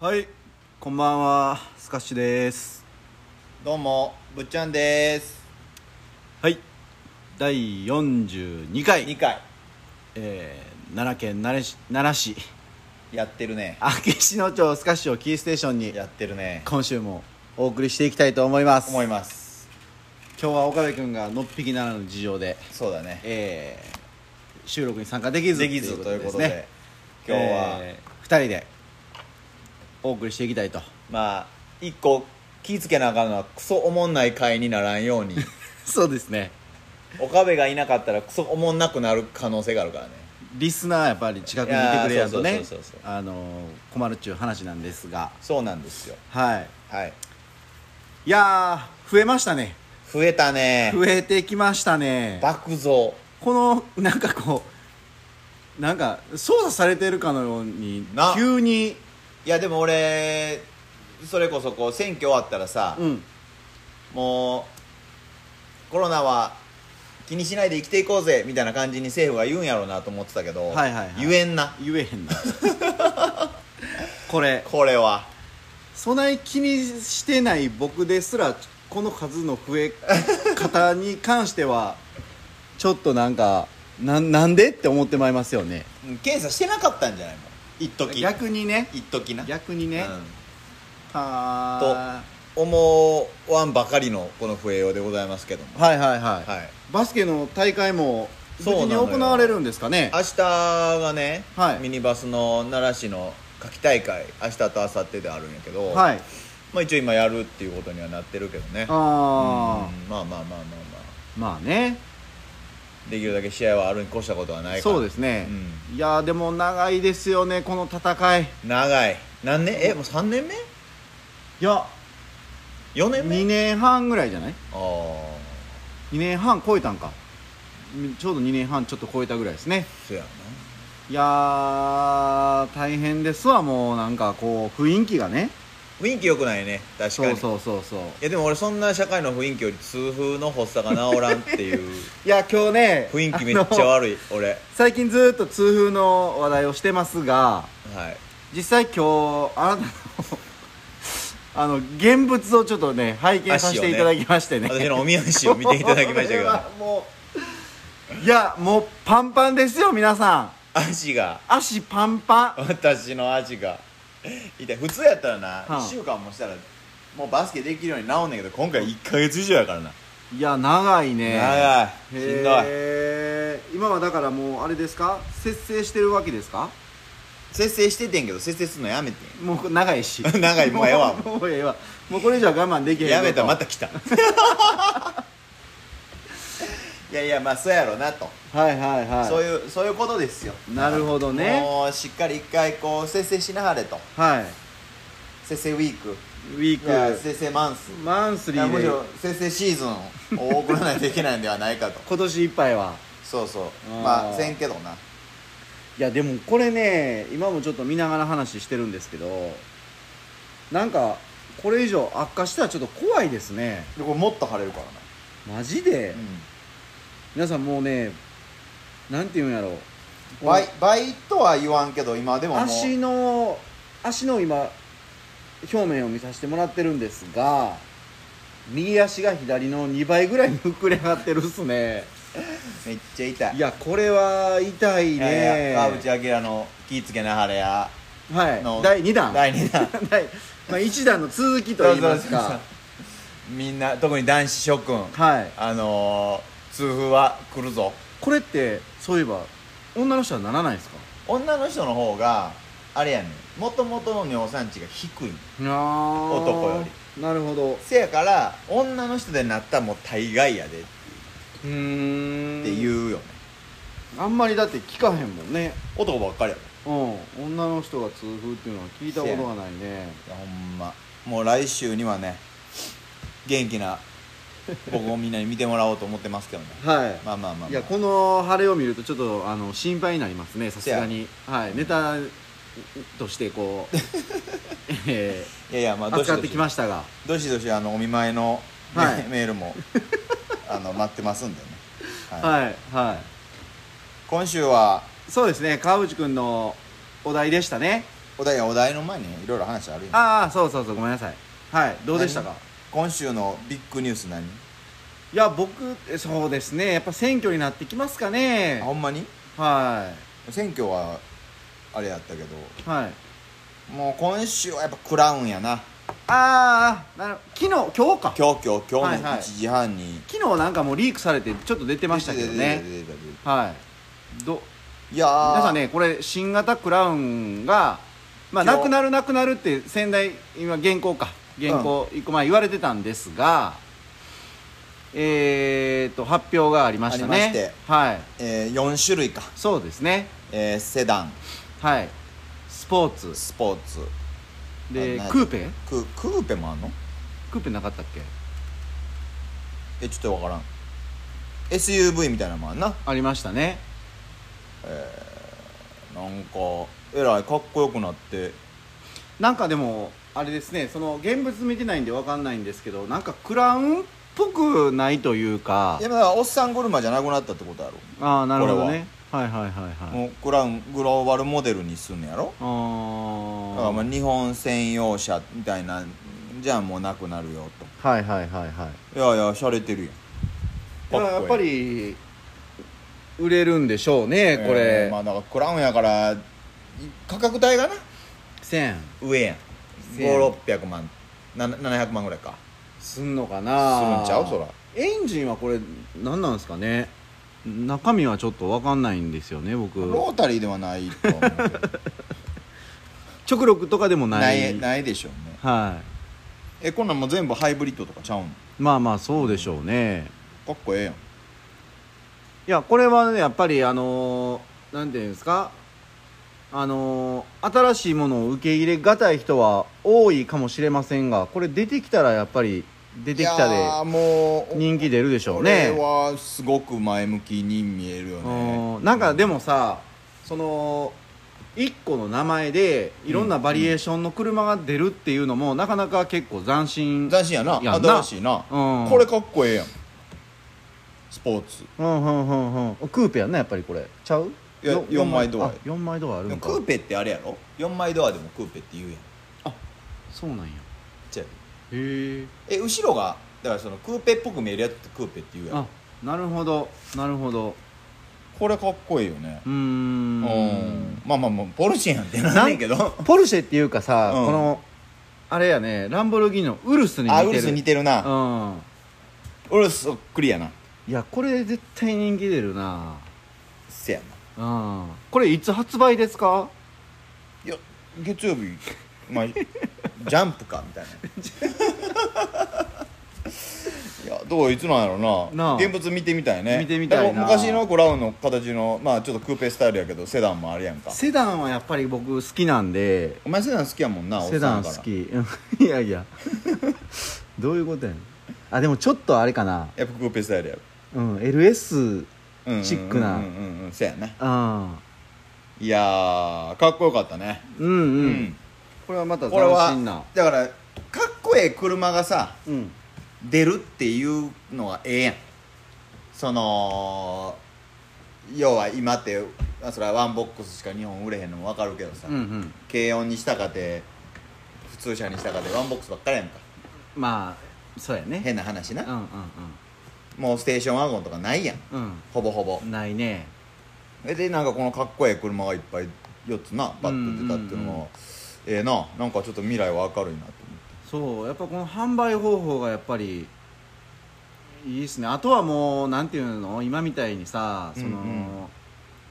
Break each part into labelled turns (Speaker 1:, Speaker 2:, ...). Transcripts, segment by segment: Speaker 1: はいこんばんはスカッシュです
Speaker 2: どうもぶっちゃんです
Speaker 1: はい第42回、
Speaker 2: 2回
Speaker 1: えー奈良県奈良市奈良市
Speaker 2: やってるね
Speaker 1: 明石野町スカッシュをキーステーションに
Speaker 2: やってるね
Speaker 1: 今週もお送りしていきたいと思います
Speaker 2: 思います
Speaker 1: 今日は岡部君がのっぴきならぬ事情で、
Speaker 2: そうだね
Speaker 1: えー収録に参加できず
Speaker 2: できずということで今日は、
Speaker 1: えー、2人でお送りしていきたいと
Speaker 2: まあ一個気ぃつけなあかんのはクソおもんない回にならんよ うに
Speaker 1: そうですね
Speaker 2: 岡部がいなかったらクソおもんなくなる可能性があるからね
Speaker 1: リスナーやっぱり近くにいてくれやんと
Speaker 2: いや
Speaker 1: ね
Speaker 2: ーそうそうそうそう
Speaker 1: あのー困るっちゅう話なんですが
Speaker 2: そうなんですよ
Speaker 1: はい
Speaker 2: はい
Speaker 1: いやー増えましたね
Speaker 2: 増えたね
Speaker 1: 増えてきましたね
Speaker 2: 爆増
Speaker 1: このなんかこうなんか操作されてるかのように
Speaker 2: な
Speaker 1: 急に
Speaker 2: いやでも俺それこそこう選挙終わったらさ、
Speaker 1: うん
Speaker 2: もうコロナは気にしないで生きていこうぜみたいな感じに政府が言うんやろうなと思ってたけど、
Speaker 1: はいはいはい
Speaker 2: 言えんな
Speaker 1: 言えへんなこれ
Speaker 2: これは
Speaker 1: そない気にしてない僕ですらこの数の増え方に関してはちょっとなんかなんなんでって思ってまいりますよね
Speaker 2: うん検査してなかったんじゃないもん一時
Speaker 1: 逆にね
Speaker 2: 一時な
Speaker 1: 逆に
Speaker 2: うん
Speaker 1: ね、は
Speaker 2: 思わんばかりのこの増えようでございますけども
Speaker 1: ーはいはいはい、
Speaker 2: はい
Speaker 1: バスケの大会も無
Speaker 2: そう
Speaker 1: 事に
Speaker 2: なの
Speaker 1: 行
Speaker 2: よ
Speaker 1: われるんですかね
Speaker 2: 明日がね、
Speaker 1: はい
Speaker 2: ミニバスの奈良市の夏季大会明日と明後日であるんやけど、
Speaker 1: はい
Speaker 2: まあ、一応今やるっていうことにはなってるけどね
Speaker 1: あ
Speaker 2: うんまあまあまあまあ
Speaker 1: あ
Speaker 2: ま
Speaker 1: まあね
Speaker 2: あできるだけ試合はあるに越したことはないから
Speaker 1: そうですね、いやーでも長いですよねこの戦いい
Speaker 2: 長い何年えもう3年目
Speaker 1: や
Speaker 2: ?4 年目
Speaker 1: 2年半ぐらいじゃない
Speaker 2: ああ
Speaker 1: 2年半超えたんかみちょうど2年半ちょっと超えたぐらいですね
Speaker 2: そうやない
Speaker 1: やー大変ですわもうなんかこう雰囲気がね
Speaker 2: 雰囲気良くないね確か
Speaker 1: そう
Speaker 2: に
Speaker 1: そうそうそう
Speaker 2: いやでも俺そんな社会の雰囲気より痛風の発作が治らんっていう
Speaker 1: いや今日ね
Speaker 2: 雰囲気めっちゃ
Speaker 1: あの
Speaker 2: 悪い俺
Speaker 1: 最近ずーっと痛風の話題をしてますが
Speaker 2: はい
Speaker 1: 実際今日あなたの あの現物をちょっとね拝見させていただきましてね
Speaker 2: 私のおみ足を見ていただきました
Speaker 1: こ
Speaker 2: け
Speaker 1: れ
Speaker 2: ど
Speaker 1: はもういやもうパンパンですよ皆さん
Speaker 2: 足が
Speaker 1: 足パンパン
Speaker 2: 私の足が痛い普通やったらな、
Speaker 1: はあ
Speaker 2: 1週間もしたらもうバスケできるように治んねんけど今回1か月以上やからな、
Speaker 1: いや長いね
Speaker 2: 長いしんどい
Speaker 1: へー今はだからもうあれですか節制してるわけですか
Speaker 2: 節制しててんけど節制するのやめてん
Speaker 1: もう長いし
Speaker 2: 長いもうええわ
Speaker 1: もうええわもうこれ以上は我慢できへんぞ
Speaker 2: やめた
Speaker 1: と
Speaker 2: また来 たいやいやまあそうやろなと、
Speaker 1: はいはいはい
Speaker 2: そういうそういうことですよ
Speaker 1: なるほどね
Speaker 2: もうしっかり一回こう節制しなはれと
Speaker 1: はい
Speaker 2: 節制ウィーク
Speaker 1: ウィ
Speaker 2: いや
Speaker 1: ーク
Speaker 2: 節制マンス
Speaker 1: マンス
Speaker 2: い
Speaker 1: リ
Speaker 2: や
Speaker 1: ー
Speaker 2: むし
Speaker 1: で
Speaker 2: ろ節制シーズンを送らないといけないんではないかと
Speaker 1: 今年いっぱいは
Speaker 2: そうそう
Speaker 1: あー
Speaker 2: まあせんけどない
Speaker 1: やでもこれね今もちょっと見ながら話してるんですけどなんかこれ以上悪化したらちょっと怖いですね
Speaker 2: でこれもっと晴れるからな
Speaker 1: マジで、
Speaker 2: う
Speaker 1: 皆さんもうねなんて言うんやろ
Speaker 2: ん倍倍とは言わんけど今でももう
Speaker 1: 足の足の今表面を見させてもらってるんですが右足が左の2倍ぐらいに膨れ上がってるっすね
Speaker 2: めっちゃ痛い
Speaker 1: いやこれは痛いね
Speaker 2: いやいや川淵明の気ぃつけなはれや
Speaker 1: はい
Speaker 2: の
Speaker 1: 第2弾
Speaker 2: 第2弾
Speaker 1: はいまあ、一段の続きと言います
Speaker 2: そうそう
Speaker 1: か
Speaker 2: そうみんな特に男子諸君
Speaker 1: はい
Speaker 2: あのー、痛風は来るぞ
Speaker 1: これってそういえば女の人はならないですか
Speaker 2: 女の人の方があれやねんもともとの尿酸値が低い
Speaker 1: 男
Speaker 2: 男よ
Speaker 1: りなるほどう
Speaker 2: せやから女の人でなったらもう大概やでって
Speaker 1: ーん
Speaker 2: 言
Speaker 1: う
Speaker 2: うよね、
Speaker 1: あんまりだって聞かへんもんね
Speaker 2: 男ばっかりやも
Speaker 1: うん女の人が痛風っていうのは聞いたことがないね
Speaker 2: んいやほんまもう来週にはね元気な僕をみんなに見てもらおうと思ってますけどね
Speaker 1: はい、
Speaker 2: まあまあまあ、まあ、
Speaker 1: いやこの晴れを見るとちょっとあの心配になりますねさすがにはいネタとしてこ う、え
Speaker 2: いやいやまあ
Speaker 1: ー、
Speaker 2: どし
Speaker 1: 扱
Speaker 2: ど
Speaker 1: っ
Speaker 2: して
Speaker 1: きましたが
Speaker 2: どしどしあのお見舞いの、ね
Speaker 1: はい
Speaker 2: メールもあの待ってますんでね、はい
Speaker 1: はいはい
Speaker 2: 今週は
Speaker 1: そうですね川淵君のお題でしたね
Speaker 2: お題やお題の前にいろいろ話あるやん
Speaker 1: ああそうそうそうごめんなさいはいどうでしたか
Speaker 2: 何今週のビッグニュース何
Speaker 1: いや僕えそうですねやっぱ選挙になってきますかね
Speaker 2: あほんまに
Speaker 1: は
Speaker 2: 選挙はあれやったけど
Speaker 1: いはい
Speaker 2: もう今週はやっぱクラウンやな
Speaker 1: ああなる昨日今日か
Speaker 2: 今日今日今
Speaker 1: は
Speaker 2: 日
Speaker 1: い
Speaker 2: の
Speaker 1: はい
Speaker 2: 1時半に
Speaker 1: 昨日なんかもうリークされてちょっと出てましたけどね
Speaker 2: 出てた出てた出て
Speaker 1: はいど
Speaker 2: たいやー
Speaker 1: 皆さんねこれ新型クラウンがまあ
Speaker 2: 今
Speaker 1: な
Speaker 2: 日
Speaker 1: くなるなくなるって先代今現行か現行一個前言われてたんですが、えー、と発表がありましたね
Speaker 2: ありまして
Speaker 1: はい
Speaker 2: えー、4種類か、
Speaker 1: そうですね
Speaker 2: えー、セダン
Speaker 1: はいスポーツ
Speaker 2: スポーツ
Speaker 1: で
Speaker 2: あない
Speaker 1: クーペ
Speaker 2: ククーペもあんの
Speaker 1: クーペなかったっけ
Speaker 2: えちょっとわからん SUV みたいなのもあんな
Speaker 1: ありましたね
Speaker 2: なんかえらいかっこよくなって
Speaker 1: なんかでもあれですねその現物見てないんでわかんないんですけどなんかクラウンっぽくないというか
Speaker 2: いやだからおっさん車じゃなくなったってことやろ、
Speaker 1: ああなるほどねはいはいはいはい
Speaker 2: もうクラウングローバルモデルにすんのやろだから
Speaker 1: あ
Speaker 2: まあ日本専用車みたいなんじゃもうなくなるよ
Speaker 1: あはいはいはいはい
Speaker 2: といやいや洒落てる
Speaker 1: だ
Speaker 2: やん
Speaker 1: からやっぱ
Speaker 2: かこ
Speaker 1: り売れるんでしょう
Speaker 2: え
Speaker 1: ね
Speaker 2: え
Speaker 1: これ、
Speaker 2: ええまあだからクラウンやからい価格帯がな
Speaker 1: 1000
Speaker 2: 上やん
Speaker 1: せやん
Speaker 2: 5600万な700万ぐらいか
Speaker 1: すんのかな
Speaker 2: するんちゃうそら
Speaker 1: エンジンはこれ何なんですかね中身はちょっとわかんないんですよね僕
Speaker 2: ロータリーではないとは 思うけど
Speaker 1: 直録とかでもな
Speaker 2: ないいないでしょうね
Speaker 1: は
Speaker 2: えこんなんもう全部ハイブリッドとかちゃうん
Speaker 1: いまあまあそうでしょうね、
Speaker 2: かっこええやん
Speaker 1: いやこれはねやっぱりあのーなんていうんですかあのー新しいものを受け入れがたい人は多いかもしれませんがこれ出てきたらやっぱり出てき
Speaker 2: いや
Speaker 1: た
Speaker 2: ーも
Speaker 1: で
Speaker 2: う
Speaker 1: 人気出るでしょ
Speaker 2: こ
Speaker 1: う
Speaker 2: れ
Speaker 1: ね
Speaker 2: はすごく前向きに見えるよね
Speaker 1: うんなんかでもさその一個の名前でいろんなバリエーションの車が出るっていうのもなかなか結構斬新
Speaker 2: 斬新やな
Speaker 1: やんな
Speaker 2: 新しいな、
Speaker 1: うん
Speaker 2: これかっこええやんスポーツ
Speaker 1: うんうんうんうんクーペやんなやっぱりこれちゃう
Speaker 2: いや
Speaker 1: よ
Speaker 2: 四枚ドア
Speaker 1: あ4枚ドアある
Speaker 2: でも
Speaker 1: ん
Speaker 2: ク
Speaker 1: か
Speaker 2: ーペってあれやろ4枚ドアでもクーペって言うやん
Speaker 1: そうなんや
Speaker 2: ちゃう
Speaker 1: へえ
Speaker 2: え後ろがだからそのクーペっぽく見えるやつってクーペって言うや
Speaker 1: あ
Speaker 2: ん
Speaker 1: なるほどなるほど
Speaker 2: これかっこええよね
Speaker 1: うー
Speaker 2: うんんまあまあまあポルシェやんってなんねんけど
Speaker 1: ポルシェっていうかさ、
Speaker 2: うん
Speaker 1: このあれやねランボルギーニのウルスに似て
Speaker 2: あ
Speaker 1: る
Speaker 2: ウルス似てる
Speaker 1: う
Speaker 2: なんウルスそっくりやない
Speaker 1: やこれ絶対人気出るな
Speaker 2: せやな
Speaker 1: うんこれいつ発売ですか
Speaker 2: いや月曜日まあ ジャンプかみたい ないやどういつなんやろう
Speaker 1: なあ
Speaker 2: な現物見てみたいね
Speaker 1: 見てみたいな
Speaker 2: でも昔のクラウンの形のまあちょっとクーペスタイルやけどセダンもあるやんか
Speaker 1: セダンはやっぱり僕好きなんで
Speaker 2: お前セダン好きやもんな
Speaker 1: セダン
Speaker 2: お
Speaker 1: 好
Speaker 2: っさんやか
Speaker 1: き いやいやどういうことやねんあでもちょっとあれかな
Speaker 2: らやっぱクーペスタイルやろ
Speaker 1: うん、LS
Speaker 2: うんうんうんうん
Speaker 1: チックな
Speaker 2: うんうんうんせやな
Speaker 1: あ
Speaker 2: いやーかっこよかったね
Speaker 1: うんうん、
Speaker 2: う
Speaker 1: これはまた
Speaker 2: これは
Speaker 1: 斬新な
Speaker 2: だからかっこええ車がさ
Speaker 1: うん
Speaker 2: 出るっていうのがええやんその要は今ってまあそれはワンボックスしか日本売れへんのも分かるけどさ、
Speaker 1: うんうん
Speaker 2: 軽音にしたかて普通車にしたかてワンボックスばっかりやんか
Speaker 1: まあそうやね
Speaker 2: 変な話
Speaker 1: うん
Speaker 2: な
Speaker 1: うん
Speaker 2: もうステーションワゴンとかないやん
Speaker 1: うん
Speaker 2: ほぼほぼ
Speaker 1: うんないね
Speaker 2: えでなんかこのかっこええ車がいっぱい4つなバッと出たっていうのは、
Speaker 1: うんうんうん
Speaker 2: ええななんかちょっと未来は明るいなと
Speaker 1: そうやっぱこの販売方法がやっぱりいいですねあとはもうなんていうの今みたいにさその、
Speaker 2: うんうん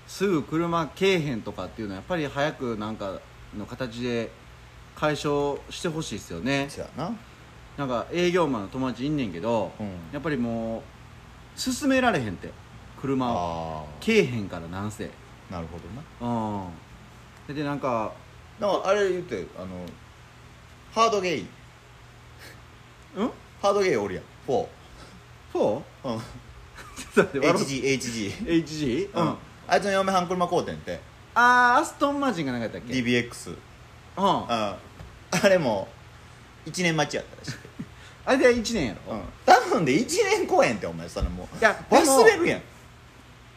Speaker 1: すぐ車けえへんとかっていうのはやっぱり早くなんかの形で解消してほしいですよね
Speaker 2: 思ってそやな
Speaker 1: なんか営業マンの友達いんねんけど、
Speaker 2: うん
Speaker 1: やっぱりもう勧められへんって車を
Speaker 2: ああ
Speaker 1: けえへんからなんせ
Speaker 2: なるほどな
Speaker 1: うんででなんか
Speaker 2: なんかあれ言ってあのハードゲイ
Speaker 1: うん
Speaker 2: ハードゲイおるやん 4HGHG
Speaker 1: 4?
Speaker 2: うん
Speaker 1: ちょっと待って笑う
Speaker 2: HG HG
Speaker 1: HG?
Speaker 2: う
Speaker 1: うん
Speaker 2: んあいつの嫁はん車買うてんって
Speaker 1: あーアストンマージンがなかったっけ、うん、
Speaker 2: DBX
Speaker 1: あ
Speaker 2: ああれも1年待ちやったらしい、
Speaker 1: れで1年やろ、
Speaker 2: うん、多分で1年公演ってお前それもう
Speaker 1: いやでも
Speaker 2: 忘れるやん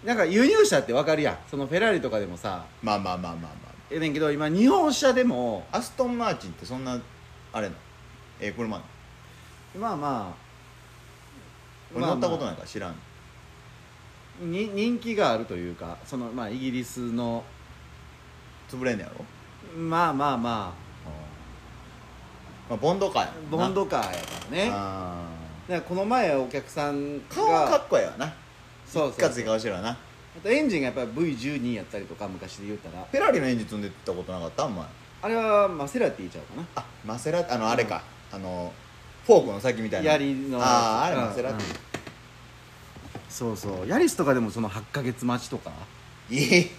Speaker 1: なんか輸入車ってわかるやんそのフェラーリとかでもさ
Speaker 2: まあまあまあまあまあ
Speaker 1: ええねんけど今日本車でも
Speaker 2: アストンマーチンってそんなあれのええ車なの
Speaker 1: まあまあ
Speaker 2: 俺乗ったこと
Speaker 1: い、
Speaker 2: ないから知らん、
Speaker 1: に人気があるというかその、まあ、イギリスの
Speaker 2: 潰れんねやろ
Speaker 1: まあまあまあ
Speaker 2: まあボンドカーやもん
Speaker 1: ボ
Speaker 2: な
Speaker 1: ンドカーやからねだか
Speaker 2: あ
Speaker 1: らこの前お客さんが
Speaker 2: ー顔はかっこええわな
Speaker 1: そう
Speaker 2: い
Speaker 1: そ
Speaker 2: か
Speaker 1: う
Speaker 2: つい顔してるわな
Speaker 1: あとエンジンがやっぱり V12 やったりとか昔で言ったら
Speaker 2: フェラーリのエンジン積んでったことなかったお前
Speaker 1: あれはマセラティちゃうかな
Speaker 2: あマセラあのあれか、あのフォークの先みたいな
Speaker 1: 槍の
Speaker 2: あああれ
Speaker 1: うん
Speaker 2: マセラテ
Speaker 1: そうそうヤリスとかでもその8ヶ月待ちとか
Speaker 2: ィええ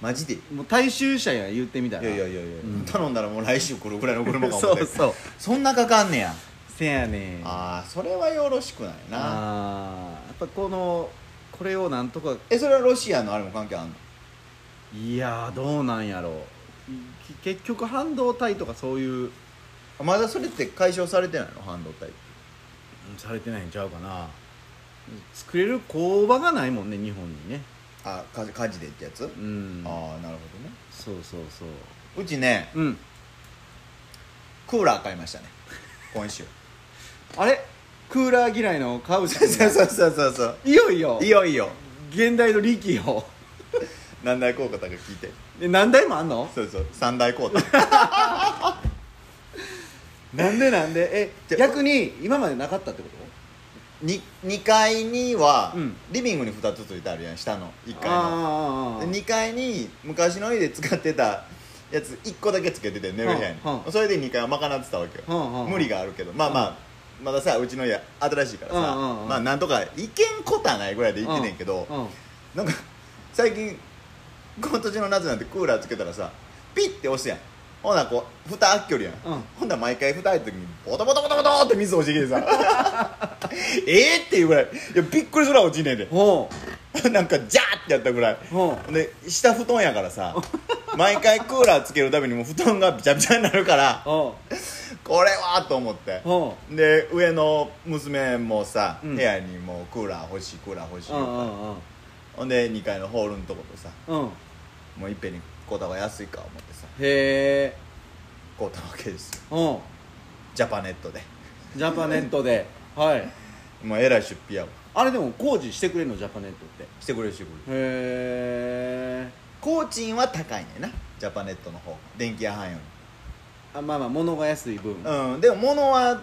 Speaker 2: マジでい
Speaker 1: もう大衆車や言ってみた
Speaker 2: や
Speaker 1: ら
Speaker 2: いやいやいや、
Speaker 1: ん
Speaker 2: 頼んだらもう来週来るぐらいの車かも
Speaker 1: そうそう
Speaker 2: そんなかかんねや
Speaker 1: せやねん
Speaker 2: ああそれはよろしくないな
Speaker 1: あーやっぱこのこれをなんとか
Speaker 2: えそれはロシアのあれも関係あんの
Speaker 1: いやーどうなんやろうき結局半導体とかそういう
Speaker 2: あまだそれって解消されてないの半導体
Speaker 1: されてないんちゃうかな作れる工場がないもんね日本にね
Speaker 2: あか火事でってやつ、
Speaker 1: うん
Speaker 2: ああなるほどね
Speaker 1: そうそうそう
Speaker 2: うちね
Speaker 1: うん
Speaker 2: クーラー買いましたね今週
Speaker 1: あれクーラー嫌いの川内
Speaker 2: そ
Speaker 1: 君
Speaker 2: う そうそうそうそう
Speaker 1: いよいよ
Speaker 2: いよいよ
Speaker 1: 現代の力 よ
Speaker 2: 何代効果だか聞いて
Speaker 1: で何台もあんの
Speaker 2: そうそう三大交代
Speaker 1: なんでなんでえ
Speaker 2: じゃ
Speaker 1: 逆に今までなかったってこと
Speaker 2: に2階には、
Speaker 1: うん
Speaker 2: リビングに2つついてあるやん下の1階の
Speaker 1: ああ
Speaker 2: 2階に昔の家で使ってたやつ1個だけつけてて寝る部屋に、
Speaker 1: はあはあ
Speaker 2: それで2階は賄ってたわけよ、
Speaker 1: はあはあ
Speaker 2: 無理があるけどまあまあ、まださうちの家新しいからさ、
Speaker 1: はあはあはあ
Speaker 2: まあなんとかいけんことはないぐらいで行ってねんけど、
Speaker 1: うんうん
Speaker 2: なんか最近今年の夏なんてクーラーつけたらさピッて押すやんほんならこう蓋開きよるやん、
Speaker 1: ん
Speaker 2: ほんなら毎回蓋開いた時にボトボトボトボトって水落ちてきてさ ええっていうぐらいいやびっくりするわ落ちんねんで
Speaker 1: ほ
Speaker 2: なんかジャーってやったぐらい
Speaker 1: ほ
Speaker 2: で下布団やからさ毎回クーラーつけるためにもう布団がびちゃびちゃになるから
Speaker 1: うほ
Speaker 2: これはと思って
Speaker 1: うほ
Speaker 2: で上の娘もさ、
Speaker 1: うん
Speaker 2: 部屋にもうクーラー欲しいクーラー欲しいう言
Speaker 1: う
Speaker 2: うから、
Speaker 1: んうん
Speaker 2: ほんで2階のホールのとことさ
Speaker 1: うんうん
Speaker 2: もういっぺんに買うた方が安いか思ってさ
Speaker 1: へえ
Speaker 2: 買うたわけです
Speaker 1: う
Speaker 2: よ
Speaker 1: ん
Speaker 2: ジャパネットで
Speaker 1: ジャパネットではい
Speaker 2: もうえらい出費やわ
Speaker 1: あれでも工事してくれるのジャパネットってへ
Speaker 2: してくれるしてくれる
Speaker 1: え
Speaker 2: 工賃は高いねんなジャパネットの方が電気屋はんよ
Speaker 1: あまあまあ物が安い分
Speaker 2: りうんでも物は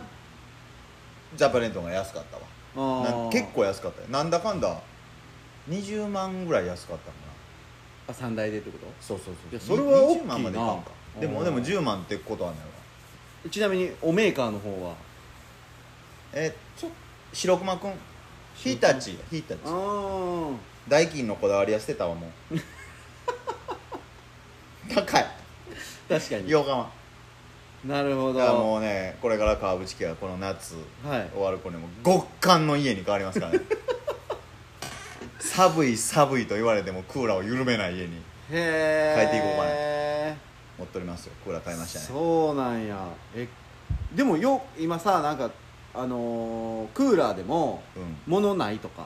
Speaker 2: ジャパネットの方が安かったわ
Speaker 1: あ
Speaker 2: な
Speaker 1: ー
Speaker 2: 結構安かったよなんだかんだ20万ぐらい安かったかな
Speaker 1: あ3台でってこと
Speaker 2: そうそう
Speaker 1: いやそれは大きいな
Speaker 2: 20万までいかんかで
Speaker 1: う
Speaker 2: も
Speaker 1: ん
Speaker 2: でも10万ってことはないわ
Speaker 1: ちなみにおメーカーの方は
Speaker 2: えちょ白熊くん日立や日立
Speaker 1: あ
Speaker 2: 代金のこだわりは捨てたわも う高い
Speaker 1: あ確かに
Speaker 2: 洋館は
Speaker 1: なるほど
Speaker 2: だからもうねこれから川淵家はこの夏、
Speaker 1: はい
Speaker 2: 終わる頃にも極寒の家に変わりますか らね寒い寒いと言われてもクーラーを緩めない家に
Speaker 1: へえ
Speaker 2: 変えていこうかな
Speaker 1: え
Speaker 2: 持っておりますよクーラー買いましたね
Speaker 1: そうなんやえでもよ今さなんかあのークーラーでも
Speaker 2: うん
Speaker 1: 物ないとか
Speaker 2: あ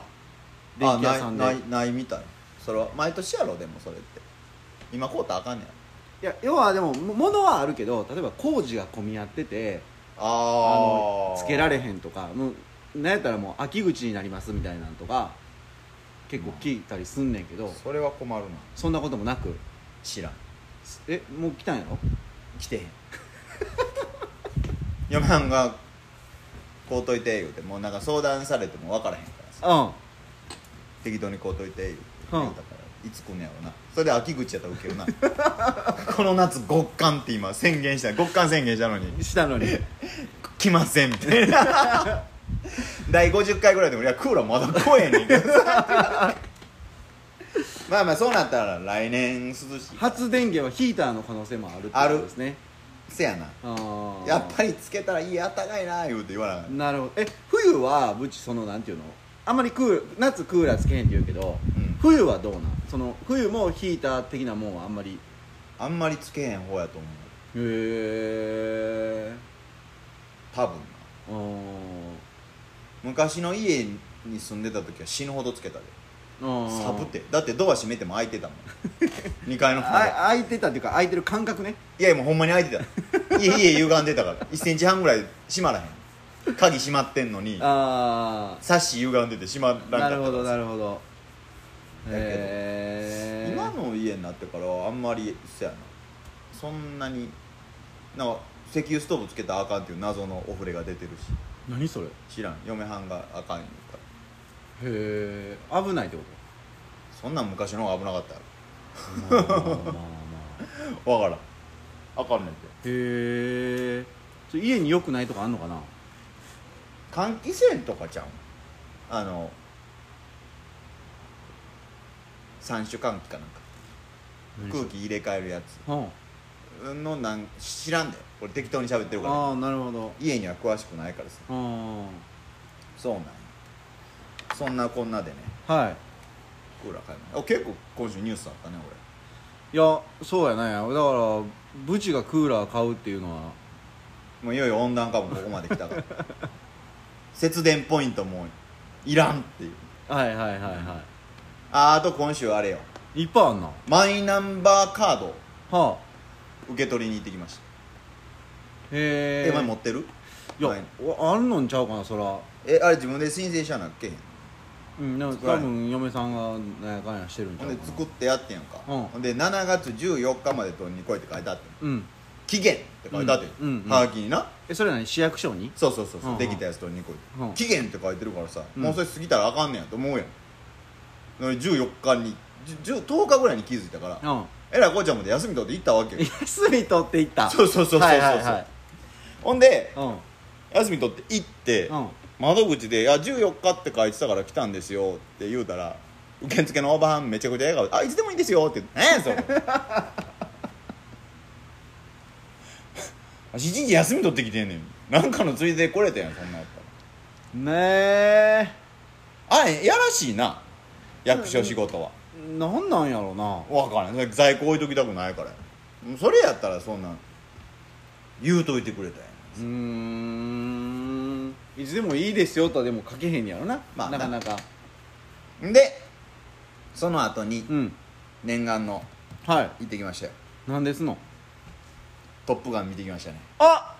Speaker 1: 電気屋さんで
Speaker 2: ないないないみたいそれは毎年やろでもそれって今こうたらあかんねや
Speaker 1: いや要はでもも物はあるけど例えば工事が混み合っててあ
Speaker 2: あ
Speaker 1: のつけら
Speaker 2: れ
Speaker 1: れへんとかもうなんやったらもう秋口になりますみたいなんとか結構聞いたりすんねんけど、
Speaker 2: それは困るな
Speaker 1: そんなこともなく
Speaker 2: 知らん
Speaker 1: えもう来たんやろ
Speaker 2: 来てへん 嫁はんが「こうといて」言うてもうなんか相談されても分からへんからさ
Speaker 1: うん
Speaker 2: 適当にこうといて言うて言うたから、いつ来んねやろなそれで秋口やったらウケるな この夏極寒って今宣言した極寒宣言したのに
Speaker 1: したのに
Speaker 2: 来ませんみたいな 第50回ぐらいでもいやクーラーまだ来えへんねん けどまあまあそうなったら来年涼しい
Speaker 1: 発電源はヒーターの可能性もあるってことですね
Speaker 2: せやな
Speaker 1: あ
Speaker 2: やっぱ
Speaker 1: り
Speaker 2: りつけたらいいあったかいな言うて言わなかった
Speaker 1: なるほどえ冬はブチそのなんていうのあんまりクール夏クーラーつけへんって言うけど、
Speaker 2: うん
Speaker 1: 冬はどうなんその冬もヒーター的なもんはあんまりへ
Speaker 2: あんまりつけへん方やと思う
Speaker 1: え
Speaker 2: 多分な
Speaker 1: あー
Speaker 2: 昔の家に住んでた時は死ぬほどつけたで
Speaker 1: うん
Speaker 2: 寒ってだってドア閉めても開いて たもん2階の方
Speaker 1: あ開いてたっていうか開いてる感覚ね
Speaker 2: いやいやもうほんまに開いてた家家歪んでたから1センチ半ぐらい閉まらへん鍵閉まってんのに
Speaker 1: あ
Speaker 2: サッシ歪んでて閉まらんか
Speaker 1: あ
Speaker 2: ったか
Speaker 1: な
Speaker 2: ら
Speaker 1: るほどなるほど
Speaker 2: だけど
Speaker 1: へえ
Speaker 2: 今の家になってからあんまりそやなそんなになんか石油ストーブつけたらあかんっていう謎のお触れが出てるし
Speaker 1: 何それへ
Speaker 2: 知らん嫁はんがあかん言うから
Speaker 1: え危ないってこ
Speaker 2: そんなん昔の方が危なかったや
Speaker 1: とまあまあまあまあ
Speaker 2: ろわからんあかんねんて
Speaker 1: へえ家に良くないとかあんのかな
Speaker 2: 換気扇とかちゃうんあの三種換気かなんか空気入れ替えるや
Speaker 1: うん
Speaker 2: つのなん知らんだよ俺適当に喋ってるから
Speaker 1: ああなるほど
Speaker 2: 家には詳しくないからさ
Speaker 1: うん
Speaker 2: そうなんやそんなこんなでね
Speaker 1: はい
Speaker 2: クーラー買いましたあ結構今週ニュースあったね
Speaker 1: いやそうやねだからブチがクーラー買うっていうのは
Speaker 2: 俺もういよいよ温暖化もここまで来たから 節電ポイントもいらんっていう
Speaker 1: はいはいはいは
Speaker 2: ああと今週あれよ
Speaker 1: いいっぱいあんなは
Speaker 2: マイナンバーカード
Speaker 1: あ
Speaker 2: 受け取りに行ってきました
Speaker 1: へ
Speaker 2: え
Speaker 1: え
Speaker 2: お前持ってる
Speaker 1: いや、
Speaker 2: はい
Speaker 1: おあるのんちゃうかなそら
Speaker 2: えあれ自分で申請したなっけへん
Speaker 1: うんなんか多分嫁さんがなんやかんやしてるんち
Speaker 2: ほ
Speaker 1: ゃ
Speaker 2: ん
Speaker 1: うか
Speaker 2: で
Speaker 1: な
Speaker 2: 作ってやってんやんか、
Speaker 1: うん
Speaker 2: ほんで7月14日まで取りに来いって書いてあって
Speaker 1: うん
Speaker 2: 期限って書いてあって
Speaker 1: うんうんうん
Speaker 2: はがきにな
Speaker 1: えそれ何市役所に
Speaker 2: そうそうそうそう、
Speaker 1: うんうん
Speaker 2: できたやつ取りに来い、
Speaker 1: うん
Speaker 2: 期限って書いてるからさ、
Speaker 1: うん
Speaker 2: もうそれ過ぎたらあかんねやと思うやんだから14日にじゅ10 10日ぐらいに気づいたから、
Speaker 1: うん
Speaker 2: えらいこうちゃんまで休み取って行ったわけよ
Speaker 1: 休み取っていった
Speaker 2: そうそうそうそうそう
Speaker 1: はいはいはい
Speaker 2: ほんで
Speaker 1: うん
Speaker 2: 休み取って行って、
Speaker 1: うん
Speaker 2: 窓口で「いや14日って書いてたから来たんですよ」って言うたら受付のおばはんめちゃくちゃ笑顔で「あいつでもいいんですよ」って「何やそれ」「 一日休み取ってきてんねん」なんかのついで来れたやんそんなんやったら。
Speaker 1: ねえ
Speaker 2: あれやらしいな役所仕事は
Speaker 1: なんなんやろうな
Speaker 2: 分からんない在庫置いときたくないからそれやったらそんなん言うといてくれたやん
Speaker 1: うーんいつでもいいですよとはでも書けへんやろな、
Speaker 2: まあ
Speaker 1: なかなか
Speaker 2: んでその後に
Speaker 1: うん
Speaker 2: 念願の
Speaker 1: は
Speaker 2: 行ってきましたよ
Speaker 1: いなんですの
Speaker 2: 「トップガン」見てきましたね
Speaker 1: あ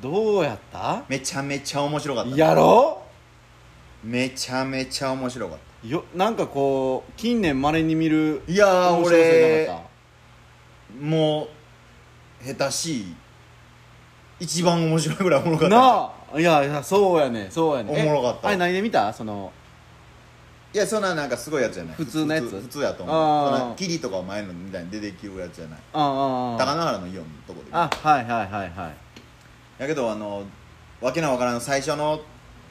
Speaker 1: どうやった
Speaker 2: めちゃめちゃ面白かった
Speaker 1: やろ
Speaker 2: めちゃめちゃ面白かっ
Speaker 1: よなんかこう近年まれに見る
Speaker 2: たいやー
Speaker 1: 面白さじゃな
Speaker 2: 俺
Speaker 1: かっ
Speaker 2: もう下手しい一番面白いぐらいおもろ
Speaker 1: た
Speaker 2: かった
Speaker 1: なあいやいやそうやねそうやねえ
Speaker 2: おもろかった
Speaker 1: あれ何で見たその
Speaker 2: いやそんななんかすごいやつじゃない
Speaker 1: 普通のやつ
Speaker 2: 普通普通やと思
Speaker 1: あ
Speaker 2: う
Speaker 1: ー
Speaker 2: そんなキリとかお前のみたいに出てきるやつじゃない
Speaker 1: ああ
Speaker 2: 高
Speaker 1: あ
Speaker 2: 野原のイオンのとこで
Speaker 1: ああはいはいはいはい
Speaker 2: やけどあのわけのわからん最初の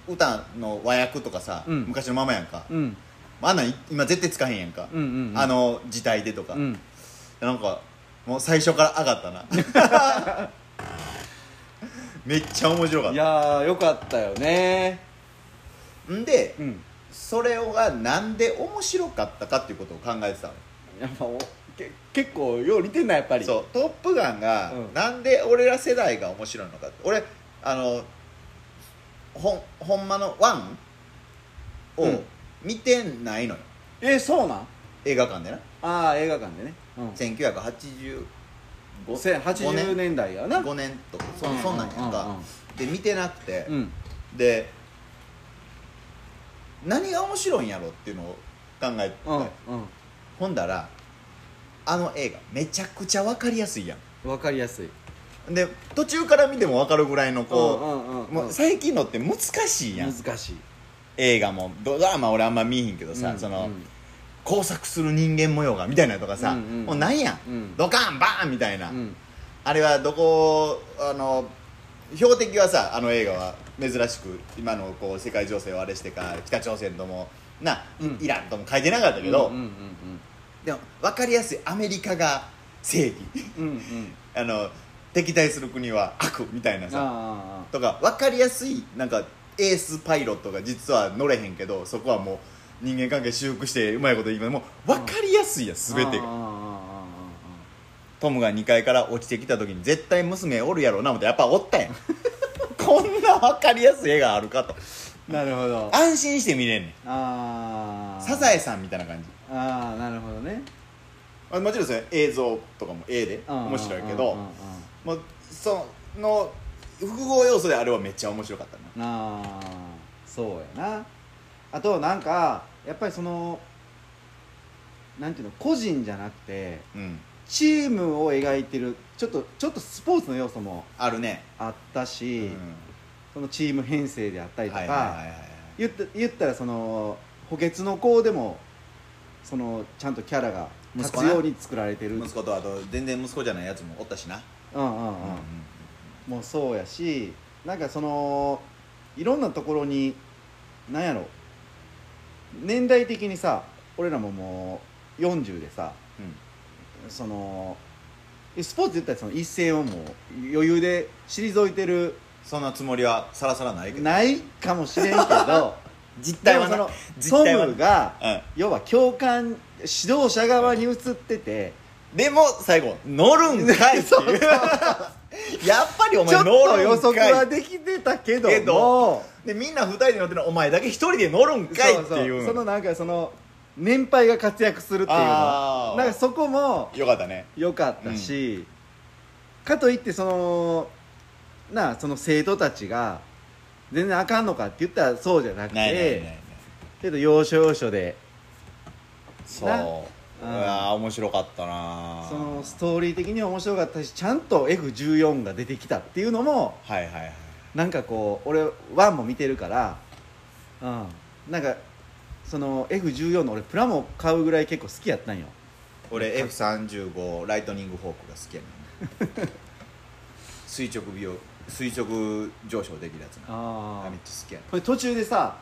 Speaker 2: 歌の和訳とかさ、
Speaker 1: うん
Speaker 2: 昔のままやんか、
Speaker 1: うん
Speaker 2: あんなんい今絶対つかへんやんか、
Speaker 1: うんうんうん
Speaker 2: あの字体でとか、
Speaker 1: うん
Speaker 2: なんかもう最初から上がったな めっちゃ面白かっ
Speaker 1: いやーよかったよね
Speaker 2: たんで、
Speaker 1: うん
Speaker 2: それがなんで面白かったかっていうことを考えてたの
Speaker 1: やっぱおけ結構よう似てんなやっぱり
Speaker 2: そう「トップガン」が
Speaker 1: うん
Speaker 2: なんで俺ら世代が面白いのかって俺あのほんほんまの「ワン」
Speaker 1: う
Speaker 2: を
Speaker 1: ん
Speaker 2: 見てないのよ、
Speaker 1: えそうなん
Speaker 2: 映画館でな
Speaker 1: ああ映画館でね、うん、
Speaker 2: 1985
Speaker 1: 80年代やな
Speaker 2: 5年とかそ
Speaker 1: うん
Speaker 2: そんなんやん
Speaker 1: うんうん
Speaker 2: かで見てなくて、
Speaker 1: うん
Speaker 2: で何が面白いんやろっていうのを考えて、
Speaker 1: うん
Speaker 2: ほんだらあの映画めちゃくちゃ分かりやすいやん
Speaker 1: うんわかりやすい
Speaker 2: で途中から見ても分かるぐらいの
Speaker 1: う
Speaker 2: こ
Speaker 1: んうん
Speaker 2: う,、
Speaker 1: うん
Speaker 2: もう最近のって難しいやん
Speaker 1: 難しい
Speaker 2: 映画もドラマ俺あんま見えへんけどさ、
Speaker 1: うん
Speaker 2: その、
Speaker 1: うん
Speaker 2: 工作する人間模様がみたいなのとかさ、
Speaker 1: うんうん
Speaker 2: もうなんやん、
Speaker 1: うん
Speaker 2: ドカンバーンみたいな、
Speaker 1: うん
Speaker 2: あれはどこあの標的はさあの映画は珍しく今のこう世界情勢をあれしてか北朝鮮ともな、
Speaker 1: うん
Speaker 2: イランとも書いてなかったけど、
Speaker 1: うんうん
Speaker 2: でも分かりやすいアメリカが正義
Speaker 1: うんうんうん
Speaker 2: あの敵対する国は悪みたいなさ
Speaker 1: あ
Speaker 2: とか分かりやすいなんかエースパイロットが実は乗れへんけどそこはもう人間関係修復してうまいこと言いますもう分かりやすいやん
Speaker 1: あ
Speaker 2: 全て
Speaker 1: ああ
Speaker 2: が
Speaker 1: あ
Speaker 2: トムが2階から落ちてきた時に絶 対娘おるやろうな思ってやっぱおったやんこんな分かりやすい絵があるかと
Speaker 1: なるほど
Speaker 2: 安心して見れんねん
Speaker 1: ああ
Speaker 2: サザエさんみたいな感じ
Speaker 1: ああなるほどね
Speaker 2: あもちろんそれ映像とかも A で
Speaker 1: うん
Speaker 2: 面白いけ
Speaker 1: う
Speaker 2: ど
Speaker 1: んうんうん
Speaker 2: もうその複合要素であれはめっちゃ面白かったな
Speaker 1: ああそうやなあとなんかやっぱりそのなんていうの個人じゃなくて
Speaker 2: うん
Speaker 1: チームを描いてるちょっとちょっとスポーツの要素も
Speaker 2: あるね
Speaker 1: あった
Speaker 2: う
Speaker 1: し、
Speaker 2: ん
Speaker 1: そのチーム編成であったりとか、
Speaker 2: はいはいはいはい
Speaker 1: 言った言ったらその補欠の子でもそのちゃんとキャラが立
Speaker 2: 息子
Speaker 1: つ
Speaker 2: な
Speaker 1: ように作られてるうんうん
Speaker 2: 息子とあと全然息子じゃないやつもおったしな
Speaker 1: うん、
Speaker 2: う
Speaker 1: もうそうやしなんかそのいろんなところになんやろ年代的にさ俺らももう40でさ
Speaker 2: うん
Speaker 1: そのスポーツ言ったらその一線をもう余裕で退いてる
Speaker 2: そんなつもりはさらさらないけど
Speaker 1: ないかもしれん けど
Speaker 2: 実
Speaker 1: で
Speaker 2: 態
Speaker 1: も
Speaker 2: は
Speaker 1: そ
Speaker 2: な
Speaker 1: の
Speaker 2: 実態は
Speaker 1: トム
Speaker 2: な
Speaker 1: が
Speaker 2: うん
Speaker 1: 要は教官指導者側に移ってて
Speaker 2: でも最後乗るん かいっていうやっぱりお
Speaker 1: ち
Speaker 2: 前
Speaker 1: ょっと
Speaker 2: 乗
Speaker 1: 予
Speaker 2: るん
Speaker 1: 測
Speaker 2: か
Speaker 1: はいできてたけど
Speaker 2: け
Speaker 1: も
Speaker 2: どでみんな二人で乗ってるのお前だけ一人で乗るんかいってい
Speaker 1: そううそうそのなんかその年配が活躍するっていうの
Speaker 2: あー
Speaker 1: なんかそこも
Speaker 2: よかったね
Speaker 1: 良かったし、かといってそのなあその生徒たちが全然あかんのかって言ったらそうじゃなくて
Speaker 2: ないないないない
Speaker 1: けど要所要所で
Speaker 2: そう
Speaker 1: な
Speaker 2: う
Speaker 1: うん
Speaker 2: わー面白かったな
Speaker 1: そのストーリー的には面白かったしちゃんと F14 が出てきたっていうのも
Speaker 2: はいはいはい
Speaker 1: なんかこう俺1も見てるからうんなんかその F14 の俺プラモ買うぐらい結構好きやったんよ
Speaker 2: 俺 F35 ライトニングフォークが好きやねん垂直美容垂直上昇できるやつな
Speaker 1: あ
Speaker 2: あめっちゃ好きやね
Speaker 1: これ途中でさ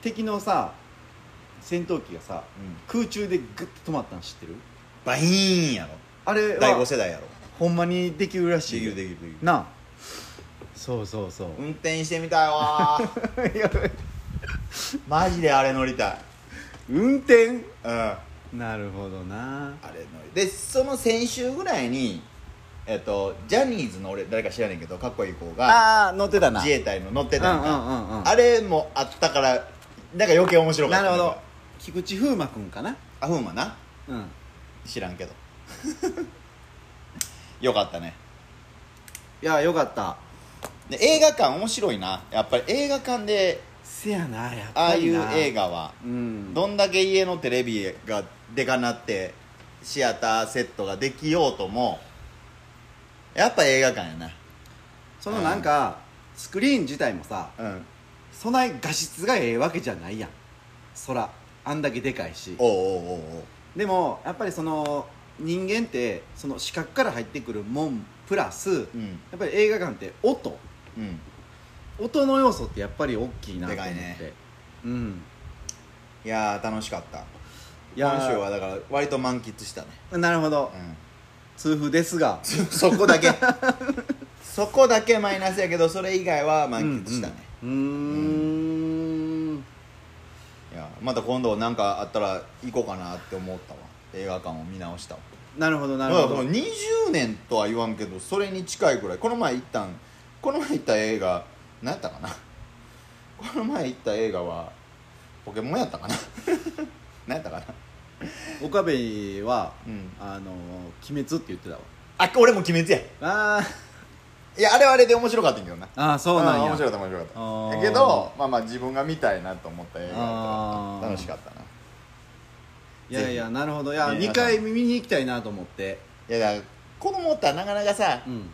Speaker 1: 敵のさ戦闘機がさ
Speaker 2: んうん
Speaker 1: 空中でグッと止まったの知ってる
Speaker 2: バイーンや
Speaker 1: あれ
Speaker 2: ろ第5
Speaker 1: は
Speaker 2: 世代やろ
Speaker 1: ほんまにできるらし
Speaker 2: で
Speaker 1: い
Speaker 2: き
Speaker 1: よ
Speaker 2: るできるできる
Speaker 1: なあそうそうそう
Speaker 2: 運転してみたいわー
Speaker 1: い や
Speaker 2: マジであれ乗りたい
Speaker 1: 運転
Speaker 2: うんあ
Speaker 1: なるほどな
Speaker 2: れ乗りでその先週ぐらいにえっとジャニーズの俺誰か知らねえけどかっこいい子が
Speaker 1: ああ乗ってたな
Speaker 2: 自衛隊の乗って
Speaker 1: うん
Speaker 2: た
Speaker 1: うん
Speaker 2: のが
Speaker 1: うんうん
Speaker 2: あれもあったからなんか余計面白かっ
Speaker 1: な
Speaker 2: た
Speaker 1: るほど菊池風磨君かな
Speaker 2: あふんまな
Speaker 1: うん
Speaker 2: 知らんけど よかったね
Speaker 1: いやよかった
Speaker 2: で映画館面白いなやっぱり映画館で
Speaker 1: せやなやっ
Speaker 2: ああ
Speaker 1: ぱ
Speaker 2: い
Speaker 1: り
Speaker 2: う
Speaker 1: な
Speaker 2: 映画は
Speaker 1: うん
Speaker 2: どんだけ家のテレビがでかなってシアターセットができようともやっぱ映画館やな
Speaker 1: そのなんかスクリーン自体もさ
Speaker 2: うん
Speaker 1: そない画質がええわけじゃないやんそらあんだけでかいし
Speaker 2: おうおうおうおう
Speaker 1: でもやっぱりその人間ってその視覚から入ってくるもんプラス、や
Speaker 2: うん
Speaker 1: っぱり映画館って音
Speaker 2: うん
Speaker 1: 音の要素ってやっぱり大きいなと思って
Speaker 2: でかいね
Speaker 1: うん
Speaker 2: いやー楽しかった
Speaker 1: いやー
Speaker 2: 今週はだから割と満喫したね、
Speaker 1: なるほど、
Speaker 2: うん
Speaker 1: 痛風ですが
Speaker 2: そこだけ そこだけマイナスやけどそれ以外は満喫したね、
Speaker 1: うんうんうーん
Speaker 2: いやまた今度なんかあったら行こうかなって思ったわ映画館を見直したわ
Speaker 1: なるほどなる
Speaker 2: だから
Speaker 1: ほ
Speaker 2: も
Speaker 1: ど
Speaker 2: う20年とは言わんけどそれに近いぐらいこの前行ったんこの前行った映画何やったかな この前行った映画はポケモンやったかな 何やったかな
Speaker 1: 岡部は、
Speaker 2: うん
Speaker 1: あの鬼滅って言ってたわ
Speaker 2: あ俺も鬼滅や
Speaker 1: あー
Speaker 2: いやあれはあれで面白かったんやけどな
Speaker 1: あーそうなん
Speaker 2: あ
Speaker 1: や
Speaker 2: 面白かった面白
Speaker 1: あ
Speaker 2: かった
Speaker 1: ー
Speaker 2: やけどまあまあ自分が見たいなと思った映画や
Speaker 1: あ
Speaker 2: った
Speaker 1: ー
Speaker 2: 楽しかったない
Speaker 1: やいやなるほどいや
Speaker 2: ね
Speaker 1: 2回見に行きたいなと思って
Speaker 2: いやだから子供おったらなかなかさ
Speaker 1: うん